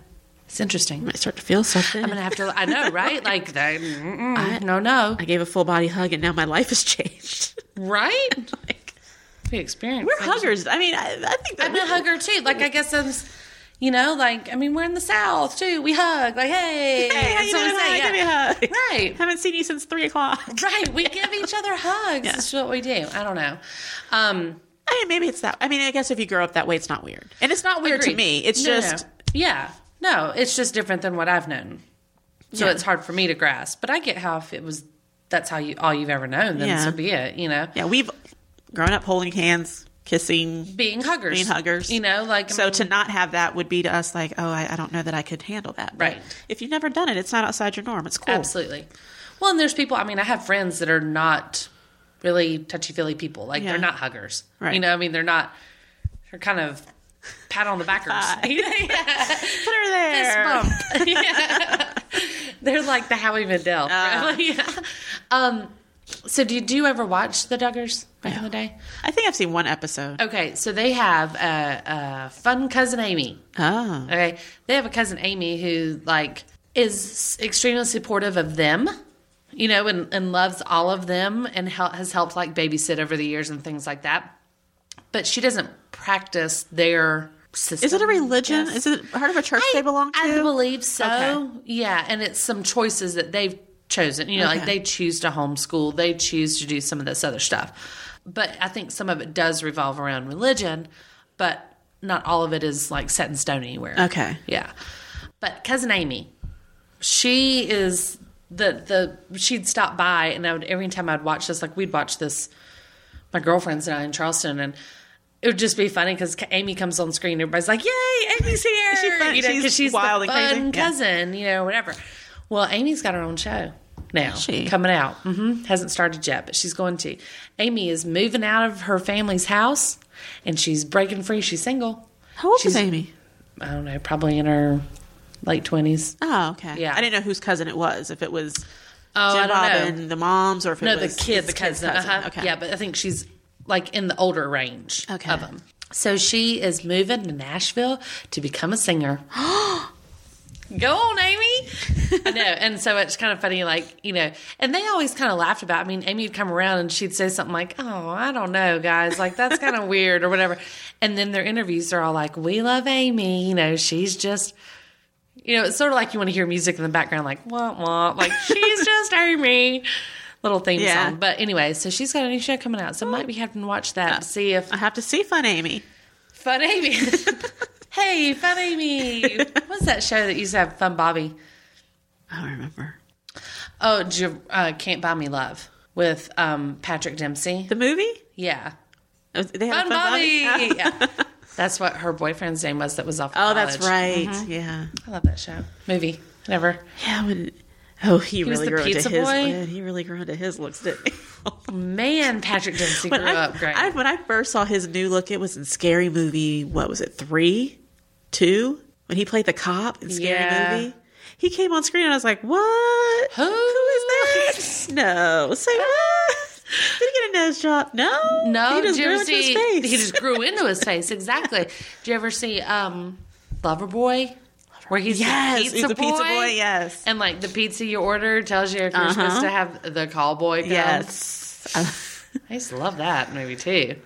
[SPEAKER 2] It's interesting.
[SPEAKER 3] I start to feel something.
[SPEAKER 2] I'm going to have to, I know, right? Like, they, mm-mm, no, no.
[SPEAKER 3] I gave a full body hug, and now my life has changed.
[SPEAKER 2] Right?
[SPEAKER 3] like,
[SPEAKER 2] The experience.
[SPEAKER 3] we're huggers. I mean, I, I think that
[SPEAKER 2] I'm a hugger too. Like, I guess I'm, s- you know, like, I mean, we're in the South too. We hug. Like, hey.
[SPEAKER 3] Hey, how
[SPEAKER 2] That's
[SPEAKER 3] you
[SPEAKER 2] what we
[SPEAKER 3] doing?
[SPEAKER 2] say,
[SPEAKER 3] Hi,
[SPEAKER 2] yeah.
[SPEAKER 3] Give me a hug.
[SPEAKER 2] Right.
[SPEAKER 3] Haven't seen you since three o'clock.
[SPEAKER 2] Right, we give each other hugs.
[SPEAKER 3] Yeah.
[SPEAKER 2] That's what we do. I don't know. Um,
[SPEAKER 3] I mean, maybe it's that. I mean, I guess if you grow up that way, it's not weird, and it's not weird to
[SPEAKER 2] agreed.
[SPEAKER 3] me. It's
[SPEAKER 2] No, no,
[SPEAKER 3] just
[SPEAKER 2] no. yeah, no, it's just different than what I've known. So
[SPEAKER 3] Yeah.
[SPEAKER 2] it's hard for me to grasp. But I get how if it was that's how you all you've ever known, then
[SPEAKER 3] Yeah.
[SPEAKER 2] so be it. You know,
[SPEAKER 3] yeah. We've grown up holding hands, kissing.
[SPEAKER 2] being huggers,
[SPEAKER 3] Being huggers.
[SPEAKER 2] You know, like I
[SPEAKER 3] So
[SPEAKER 2] mean,
[SPEAKER 3] to not have that would be to us like, oh, I, I don't know that I could handle that. But
[SPEAKER 2] Right.
[SPEAKER 3] If you've never done it, it's not outside your norm. It's cool.
[SPEAKER 2] absolutely. Well, and there's people. I mean, I have friends that are not really touchy feely people. Like
[SPEAKER 3] Yeah.
[SPEAKER 2] they're not huggers.
[SPEAKER 3] Right.
[SPEAKER 2] You know, I mean, they're not. They're kind of pat on the backers. Yeah. Fist
[SPEAKER 3] Put her there.
[SPEAKER 2] bump. Yeah. They're like the Howie Mandel.
[SPEAKER 3] Ah.
[SPEAKER 2] Yeah. Um, so did you ever watch the Duggars back in the day?
[SPEAKER 3] I think I've seen one episode.
[SPEAKER 2] Okay, so they have a, a fun cousin Amy.
[SPEAKER 3] Oh.
[SPEAKER 2] Okay, they have a cousin Amy who like is extremely supportive of them, you know, and, and loves all of them and hel- has helped like babysit over the years and things like that. But she doesn't practice their system.
[SPEAKER 3] Is it a religion?
[SPEAKER 2] Yes.
[SPEAKER 3] Is it part of a church they belong to?
[SPEAKER 2] I believe so.
[SPEAKER 3] Okay.
[SPEAKER 2] Yeah, and it's some choices that they've chosen. You know, like
[SPEAKER 3] Okay.
[SPEAKER 2] they choose to homeschool, they choose to do some of this other stuff. But I think some of it does revolve around religion, but not all of it is like set in stone anywhere.
[SPEAKER 3] Okay.
[SPEAKER 2] Yeah. But cousin Amy, she is the the she'd stop by and I would every time I'd watch this like we'd watch this my girlfriends and I in Charleston and it would just be funny because Amy comes on screen. Everybody's like, "Yay, Amy's here!"
[SPEAKER 3] she fun?
[SPEAKER 2] You know, 'cause
[SPEAKER 3] She's
[SPEAKER 2] she's
[SPEAKER 3] wild
[SPEAKER 2] the
[SPEAKER 3] and crazy?
[SPEAKER 2] fun
[SPEAKER 3] Yeah.
[SPEAKER 2] cousin, you know, whatever. Well, Amy's got her own show now
[SPEAKER 3] she?
[SPEAKER 2] coming out. hmm Hasn't started yet, but she's going to. Amy is moving out of her family's house, and she's breaking free. She's single.
[SPEAKER 3] How old
[SPEAKER 2] She's-
[SPEAKER 3] is Amy?
[SPEAKER 2] I don't know, probably in her late twenties.
[SPEAKER 3] Oh, okay.
[SPEAKER 2] Yeah.
[SPEAKER 3] I didn't know whose cousin it was. If it was Jim
[SPEAKER 2] Oh, I don't know.
[SPEAKER 3] Bob and the moms, or if it
[SPEAKER 2] No, the
[SPEAKER 3] was
[SPEAKER 2] kid's
[SPEAKER 3] the
[SPEAKER 2] cousin. Uh-huh.
[SPEAKER 3] Okay.
[SPEAKER 2] Yeah, but I think she's like in the older range
[SPEAKER 3] Okay.
[SPEAKER 2] of them. So she is moving to Nashville to become a singer. Go on, Amy. I know. And so it's kind of funny, like, you know, and they always kind of laughed about. I mean, Amy would come around and she'd say something like, Oh, I don't know, guys. Like, that's kind of weird or whatever. And then their interviews are all like, We love Amy. You know, she's just you know, it's sort of like you want to hear music in the background, like wah wah, like she's just Amy, little theme
[SPEAKER 3] Yeah.
[SPEAKER 2] song. But anyway, so she's got a new show coming out, so might be having to watch that to see if
[SPEAKER 3] I have to see Fun Amy.
[SPEAKER 2] Fun Amy. hey, Fun Amy, what's that show that used to have Fun Bobby?
[SPEAKER 3] I don't remember
[SPEAKER 2] Oh, J- uh, Can't Buy Me Love with um, Patrick Dempsey.
[SPEAKER 3] the movie.
[SPEAKER 2] Yeah,
[SPEAKER 3] Uh, They
[SPEAKER 2] Fun
[SPEAKER 3] had a
[SPEAKER 2] Bobby.
[SPEAKER 3] Bobby?
[SPEAKER 2] yeah. That's what her boyfriend's name was that was off. of
[SPEAKER 3] Oh, that's
[SPEAKER 2] College.
[SPEAKER 3] right. Yeah.
[SPEAKER 2] I love that show. Movie. Never.
[SPEAKER 3] Yeah. When, oh, he,
[SPEAKER 2] was
[SPEAKER 3] really
[SPEAKER 2] the
[SPEAKER 3] grew into his.
[SPEAKER 2] pizza boy?
[SPEAKER 3] yeah, He really grew into his looks, didn't he?
[SPEAKER 2] Man, Patrick Dempsey grew
[SPEAKER 3] when I,
[SPEAKER 2] up great.
[SPEAKER 3] I- when I first saw his new look, it was in Scary Movie. What was it? Three, two. When he played the cop in Scary
[SPEAKER 2] Yeah.
[SPEAKER 3] Movie, he came on screen and I was like, "What?
[SPEAKER 2] Who
[SPEAKER 3] is that? No, say what? Did he get a nose job? No,
[SPEAKER 2] No,
[SPEAKER 3] He
[SPEAKER 2] did
[SPEAKER 3] just
[SPEAKER 2] you
[SPEAKER 3] grew
[SPEAKER 2] ever
[SPEAKER 3] into his
[SPEAKER 2] see?
[SPEAKER 3] face.
[SPEAKER 2] He just grew into his face. Exactly. Do you ever see um, Lover Boy? Where he's
[SPEAKER 3] Yes,
[SPEAKER 2] the
[SPEAKER 3] he's
[SPEAKER 2] pizza,
[SPEAKER 3] the
[SPEAKER 2] boy,
[SPEAKER 3] pizza boy, yes.
[SPEAKER 2] and like the pizza you order tells you if you're supposed to have the call boy. Come.
[SPEAKER 3] yes.
[SPEAKER 2] I used to love that movie too.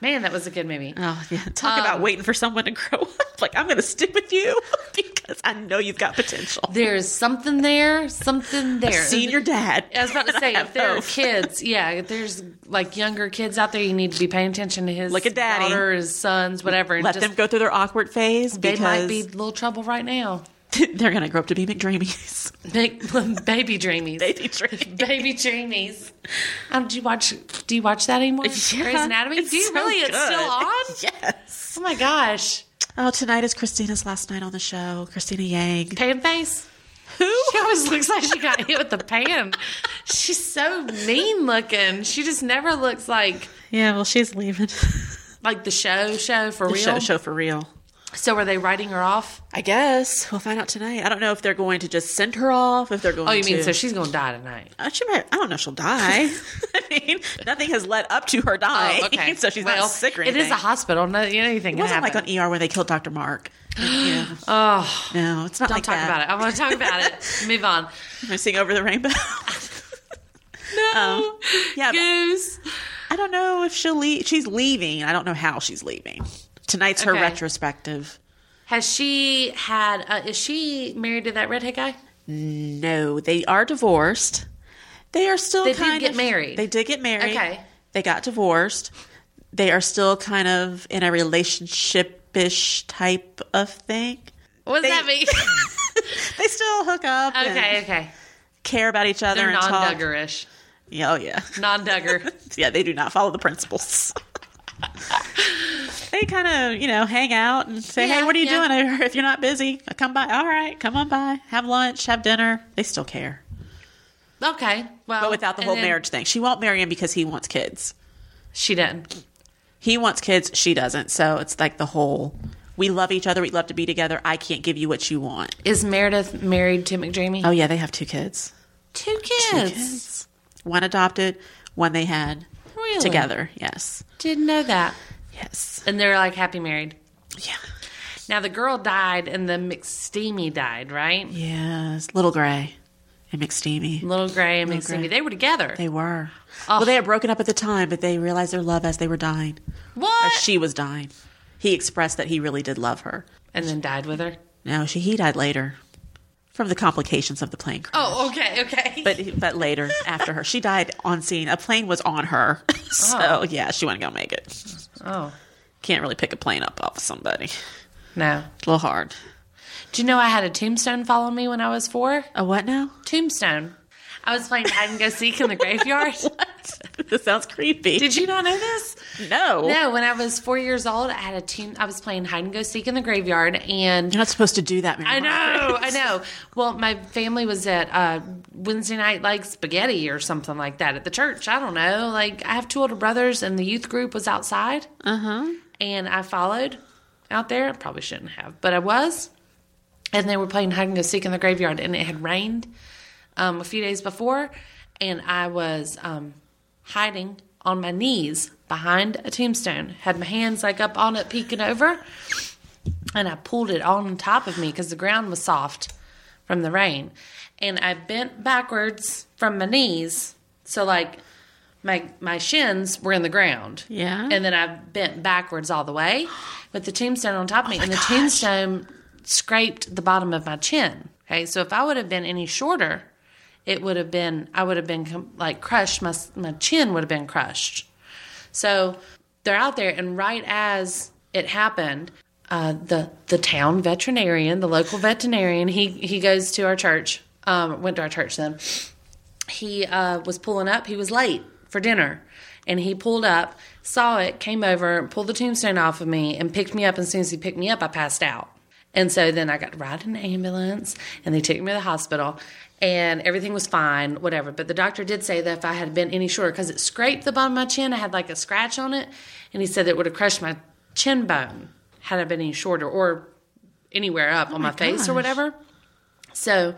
[SPEAKER 2] Man, that was a good movie.
[SPEAKER 3] Oh yeah, talk
[SPEAKER 2] Um,
[SPEAKER 3] about waiting for someone to grow up. Like I'm going to stick with you because I know you've got potential.
[SPEAKER 2] There's something there, something there.
[SPEAKER 3] Seen your dad. Oh,
[SPEAKER 2] I was about to say,
[SPEAKER 3] have
[SPEAKER 2] if there are
[SPEAKER 3] hope.
[SPEAKER 2] kids, yeah, if there's like younger kids out there, you need to be paying attention to his
[SPEAKER 3] Look at daddy.
[SPEAKER 2] daughter, his sons, whatever. and
[SPEAKER 3] Let
[SPEAKER 2] just-
[SPEAKER 3] them go through their awkward phase.
[SPEAKER 2] They might
[SPEAKER 3] because-
[SPEAKER 2] be a little trouble right now.
[SPEAKER 3] They're gonna grow up to be McDreamies.
[SPEAKER 2] Big baby dreamies.
[SPEAKER 3] Baby dreamies.
[SPEAKER 2] baby dreamies. Um, do you watch? Do you watch that anymore? Grey's Anatomy.
[SPEAKER 3] it's
[SPEAKER 2] do you
[SPEAKER 3] so
[SPEAKER 2] really? It's still
[SPEAKER 3] good.
[SPEAKER 2] on.
[SPEAKER 3] Yes.
[SPEAKER 2] Oh my gosh.
[SPEAKER 3] Oh, tonight is Christina's last night on the show. Christina Yang.
[SPEAKER 2] Pan face.
[SPEAKER 3] Who?
[SPEAKER 2] She always looks like she got hit with the pan. She's so mean looking. She just never looks like
[SPEAKER 3] Yeah. Well, she's leaving.
[SPEAKER 2] like the show show for real.
[SPEAKER 3] Show, show for real.
[SPEAKER 2] So are they writing her off?
[SPEAKER 3] I guess we'll find out tonight. I don't know if they're going to just send her off. If they're going.
[SPEAKER 2] Oh, you mean
[SPEAKER 3] to-
[SPEAKER 2] so she's gonna die tonight?
[SPEAKER 3] Uh, she might, I don't know. if She'll die. I mean, nothing has led up to her dying, Oh, so she's
[SPEAKER 2] Oh, Well,
[SPEAKER 3] not sick or anything.
[SPEAKER 2] It is a hospital. No, anything
[SPEAKER 3] It
[SPEAKER 2] can
[SPEAKER 3] wasn't
[SPEAKER 2] happen.
[SPEAKER 3] like on ER when they killed Dr. Mark. oh no, it's not
[SPEAKER 2] Don't
[SPEAKER 3] like
[SPEAKER 2] talk
[SPEAKER 3] that.
[SPEAKER 2] about it. I want to talk about it. Move on.
[SPEAKER 3] I sing over the rainbow. Um, Oh.
[SPEAKER 2] No.
[SPEAKER 3] yeah, but-
[SPEAKER 2] Goose.
[SPEAKER 3] I don't know if she'll leave. She's leaving. I don't know how she's leaving. Tonight's her
[SPEAKER 2] Okay.
[SPEAKER 3] retrospective.
[SPEAKER 2] Has she had? Uh, is she married to that redhead guy?
[SPEAKER 3] No, they are divorced. They are still
[SPEAKER 2] They did
[SPEAKER 3] kind
[SPEAKER 2] get
[SPEAKER 3] of
[SPEAKER 2] married.
[SPEAKER 3] They did get married.
[SPEAKER 2] Okay.
[SPEAKER 3] They got divorced. They are still kind of in a relationship-ish type of thing.
[SPEAKER 2] What does
[SPEAKER 3] They-
[SPEAKER 2] that mean?
[SPEAKER 3] They still hook up
[SPEAKER 2] okay,
[SPEAKER 3] and
[SPEAKER 2] okay.
[SPEAKER 3] care about each other
[SPEAKER 2] They're
[SPEAKER 3] and talk.
[SPEAKER 2] non-duggerish.
[SPEAKER 3] Yeah, oh yeah.
[SPEAKER 2] Non-dugger.
[SPEAKER 3] yeah, they do not follow the principles. they kind of, you know, hang out and say,
[SPEAKER 2] Yeah,
[SPEAKER 3] "Hey, what are you
[SPEAKER 2] yeah.
[SPEAKER 3] doing? If you're not busy, come by. All right, come on by. Have lunch, have dinner. They still care.
[SPEAKER 2] Okay. Well,
[SPEAKER 3] but without the
[SPEAKER 2] and
[SPEAKER 3] whole
[SPEAKER 2] then
[SPEAKER 3] marriage thing. She won't marry him because he wants kids.
[SPEAKER 2] She didn't.
[SPEAKER 3] He wants kids, she doesn't. So it's like the whole we love each other, we love to be together. I can't give you what you want.
[SPEAKER 2] Is Meredith married to McDreamy?
[SPEAKER 3] Oh yeah, they have two kids.
[SPEAKER 2] Two
[SPEAKER 3] Two
[SPEAKER 2] kids.
[SPEAKER 3] kids. One adopted, one they had
[SPEAKER 2] Really?
[SPEAKER 3] together. Yes.
[SPEAKER 2] Didn't know that.
[SPEAKER 3] Yes.
[SPEAKER 2] And they're like happy married.
[SPEAKER 3] Yeah.
[SPEAKER 2] Now the girl died and the McSteamy died, right?
[SPEAKER 3] Yes. Little Gray and McSteamy.
[SPEAKER 2] Little Gray and McSteamy.
[SPEAKER 3] Gray.
[SPEAKER 2] They were together.
[SPEAKER 3] They were. Well, they had broken up at the time, but they realized their love as they were dying.
[SPEAKER 2] what?
[SPEAKER 3] Or she was dying. He expressed that he really did love her.
[SPEAKER 2] and then died with her.
[SPEAKER 3] No, she he died later from the complications of the plane crash.
[SPEAKER 2] Oh, okay, okay.
[SPEAKER 3] But but later after her, she died on scene. A plane was on her, so yeah, she wasn't gonna make it.
[SPEAKER 2] oh
[SPEAKER 3] Can't really pick a plane up off somebody.
[SPEAKER 2] no.
[SPEAKER 3] It's a little hard.
[SPEAKER 2] Do you know I had a tombstone follow me when I was four?
[SPEAKER 3] A what now?
[SPEAKER 2] Tombstone. I was playing hide and go seek in the graveyard.
[SPEAKER 3] This sounds creepy.
[SPEAKER 2] Did you not know this?
[SPEAKER 3] no.
[SPEAKER 2] No, when I was four years old, I had a team. I was playing hide and go seek in the graveyard, and
[SPEAKER 3] You're not supposed to do that, Mary.
[SPEAKER 2] I know,
[SPEAKER 3] Margaret.
[SPEAKER 2] I know. Well, my family was at uh, Wednesday night like spaghetti or something like that at the church. I don't know. Like I have two older brothers, and the youth group was outside. Uh huh. And I followed out there. I probably shouldn't have, but I was. And they were playing hide and go seek in the graveyard, and it had rained um, a few days before, and I was um, hiding on my knees behind a tombstone, had my hands like up on it, peeking over and I pulled it on top of me because the ground was soft from the rain. And I bent backwards from my knees, so like my my shins were in the ground.
[SPEAKER 3] Yeah.
[SPEAKER 2] And then I bent backwards all the way with the tombstone on top of me, and the tombstone scraped the bottom of my chin. Okay, so if I would have been any shorter, it would have been I would have been com- like crushed. My s- my chin would have been crushed. So they're out there, and right as it happened, uh, the the town veterinarian, the local veterinarian, he he goes to our church, um, went to our church then. He uh, was pulling up. He was late for dinner, and he pulled up, saw it, came over, pulled the tombstone off of me, and picked me up. And as soon as he picked me up, I passed out. And so then I got to ride in an ambulance, and they took me to the hospital, and everything was fine, whatever. But the doctor did say that if I had been any shorter, because it scraped the bottom of my chin, I had like a scratch on it, and he said it would have crushed my chin bone had I been any shorter or anywhere up on my, face or whatever. So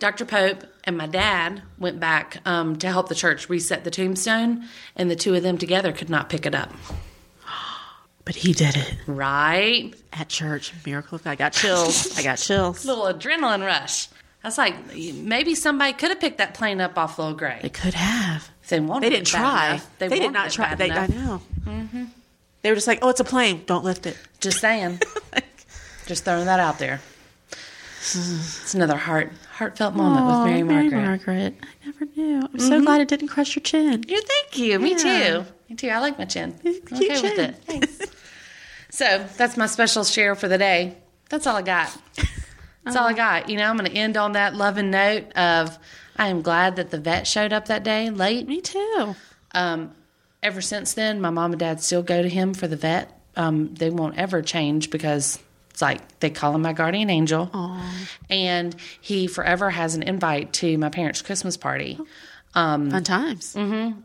[SPEAKER 2] Dr. Pope and my dad went back um, to help the church reset the tombstone, and the two of them together could not pick it up.
[SPEAKER 3] But he did it
[SPEAKER 2] Right?
[SPEAKER 3] at church. Miracle of God. I got chills. I got chills.
[SPEAKER 2] Little adrenaline rush. That's like maybe somebody could have picked that plane up off Little Gray.
[SPEAKER 3] They could have.
[SPEAKER 2] If They wanted.
[SPEAKER 3] They didn't
[SPEAKER 2] it bad
[SPEAKER 3] try.
[SPEAKER 2] enough,
[SPEAKER 3] They, did
[SPEAKER 2] wanted
[SPEAKER 3] not
[SPEAKER 2] it
[SPEAKER 3] try.
[SPEAKER 2] bad
[SPEAKER 3] They, I
[SPEAKER 2] enough.
[SPEAKER 3] know. Mm-hmm. They were just like, "Oh, it's a plane. Don't lift it."
[SPEAKER 2] Just saying. Just throwing that out there. It's another heart heartfelt moment with Oh, Mary Margaret.
[SPEAKER 3] Margaret. I never knew. I'm so glad it didn't crush your chin.
[SPEAKER 2] Yeah, thank you. Me
[SPEAKER 3] Yeah.
[SPEAKER 2] too. Me too. I like my chin. I'm
[SPEAKER 3] It's a
[SPEAKER 2] okay
[SPEAKER 3] cute
[SPEAKER 2] with
[SPEAKER 3] chin.
[SPEAKER 2] it. Thanks. so that's my special share for the day. That's all I got. That's all I got. You know, I'm going to end on that loving note of I am glad that the vet showed up that day late.
[SPEAKER 3] Me too.
[SPEAKER 2] Um, ever since then, my mom and dad still go to him for the vet. Um, they won't ever change because it's like they call him my guardian angel. And he forever has an invite to my parents' Christmas party.
[SPEAKER 3] Fun times.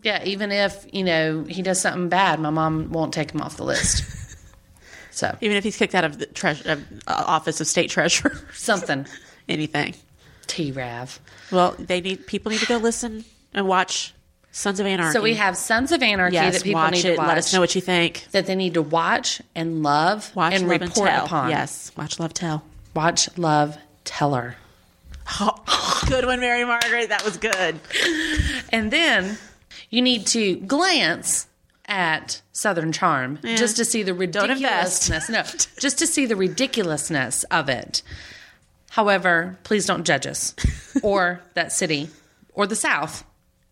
[SPEAKER 2] Yeah, even if, you know, he does something bad, my mom won't take him off the list. so,
[SPEAKER 3] Even if he's kicked out of the treas- of, uh, office of state treasurer,
[SPEAKER 2] something.
[SPEAKER 3] anything.
[SPEAKER 2] T Rav.
[SPEAKER 3] Well, they need people need to go listen and watch Sons of Anarchy.
[SPEAKER 2] So we have Sons of Anarchy
[SPEAKER 3] yes,
[SPEAKER 2] that people
[SPEAKER 3] watch
[SPEAKER 2] need
[SPEAKER 3] it.
[SPEAKER 2] to watch.
[SPEAKER 3] Let us know what you think.
[SPEAKER 2] that they need to watch and love
[SPEAKER 3] Watch
[SPEAKER 2] and
[SPEAKER 3] love
[SPEAKER 2] report
[SPEAKER 3] and tell.
[SPEAKER 2] upon.
[SPEAKER 3] Yes, watch love tell.
[SPEAKER 2] Watch, love, tell her.
[SPEAKER 3] good one, Mary Margaret. That was good.
[SPEAKER 2] And then you need to glance at Southern Charm just to see the
[SPEAKER 3] invest.
[SPEAKER 2] ridiculousness. No, just to see the ridiculousness of it. However, please don't judge us or that city or the South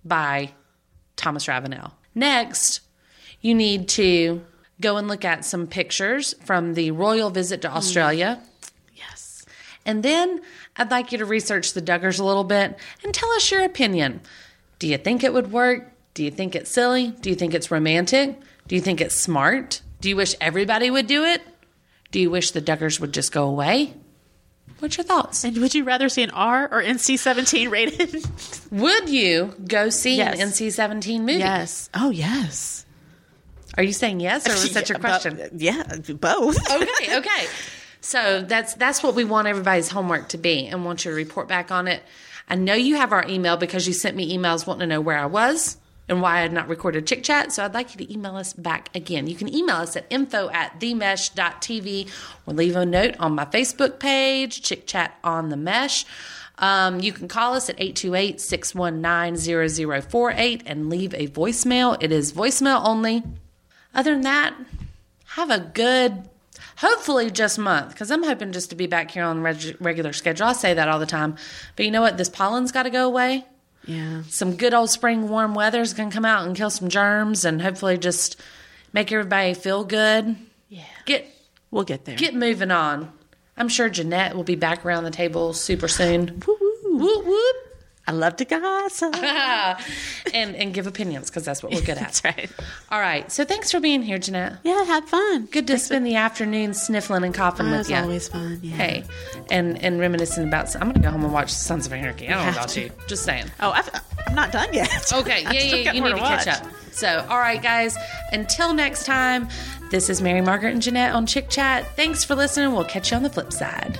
[SPEAKER 2] by Thomas Ravenel. Next, you need to go and look at some pictures from the royal visit to Australia.
[SPEAKER 3] Yes.
[SPEAKER 2] And then I'd like you to research the Duggars a little bit and tell us your opinion. Do you think it would work? Do you think it's silly? Do you think it's romantic? Do you think it's smart? Do you wish everybody would do it? Do you wish the Duggars would just go away? What's your thoughts?
[SPEAKER 3] And would you rather see an R or NC seventeen rated?
[SPEAKER 2] Would you go see
[SPEAKER 3] Yes.
[SPEAKER 2] an NC seventeen movie?
[SPEAKER 3] yes. Oh yes.
[SPEAKER 2] Are you saying yes, or was that your
[SPEAKER 3] Yeah,
[SPEAKER 2] question?
[SPEAKER 3] but- uh, yeah, both.
[SPEAKER 2] okay, okay. So that's that's what we want everybody's homework to be, and want you to report back on it. I know you have our email because you sent me emails wanting to know where I was and why I had not recorded Chick Chat. So I'd like you to email us back again. You can email us at info at themesh.tv or leave a note on my Facebook page, Chick Chat on the Mesh. Um, you can call us at 828 619 0048 and leave a voicemail. It is voicemail only. Other than that, have a good hopefully just month because i'm hoping just to be back here on reg- regular schedule i say that all the time but you know what this pollen's got to go away
[SPEAKER 3] Yeah.
[SPEAKER 2] some good old spring warm weather's gonna come out and kill some germs and hopefully just make everybody feel good
[SPEAKER 3] Yeah.
[SPEAKER 2] get
[SPEAKER 3] We'll get there.
[SPEAKER 2] get moving on i'm sure jeanette will be back around the table super soon
[SPEAKER 3] Woo, woo.
[SPEAKER 2] whoop whoop Ah.
[SPEAKER 3] I love to gossip.
[SPEAKER 2] and and give opinions because that's what we're good at
[SPEAKER 3] That's right.
[SPEAKER 2] all right so thanks for being here jeanette
[SPEAKER 3] Yeah, have fun.
[SPEAKER 2] good to spend the afternoon sniffling and coughing
[SPEAKER 3] That
[SPEAKER 2] with
[SPEAKER 3] was
[SPEAKER 2] you
[SPEAKER 3] always fun. Yeah.
[SPEAKER 2] hey, and and reminiscing about. I'm gonna go home and watch Sons of Anarchy. I don't know
[SPEAKER 3] have
[SPEAKER 2] about
[SPEAKER 3] to.
[SPEAKER 2] you. Just saying.
[SPEAKER 3] Oh, I've, I'm not done yet.
[SPEAKER 2] Okay,
[SPEAKER 3] I
[SPEAKER 2] yeah,
[SPEAKER 3] still
[SPEAKER 2] yeah,
[SPEAKER 3] got
[SPEAKER 2] you
[SPEAKER 3] more
[SPEAKER 2] need to catch
[SPEAKER 3] watch.
[SPEAKER 2] up. So, all right, guys. Until next time, this is Mary Margaret and Jeanette on Chick Chat. Thanks for listening. We'll catch you on the flip side.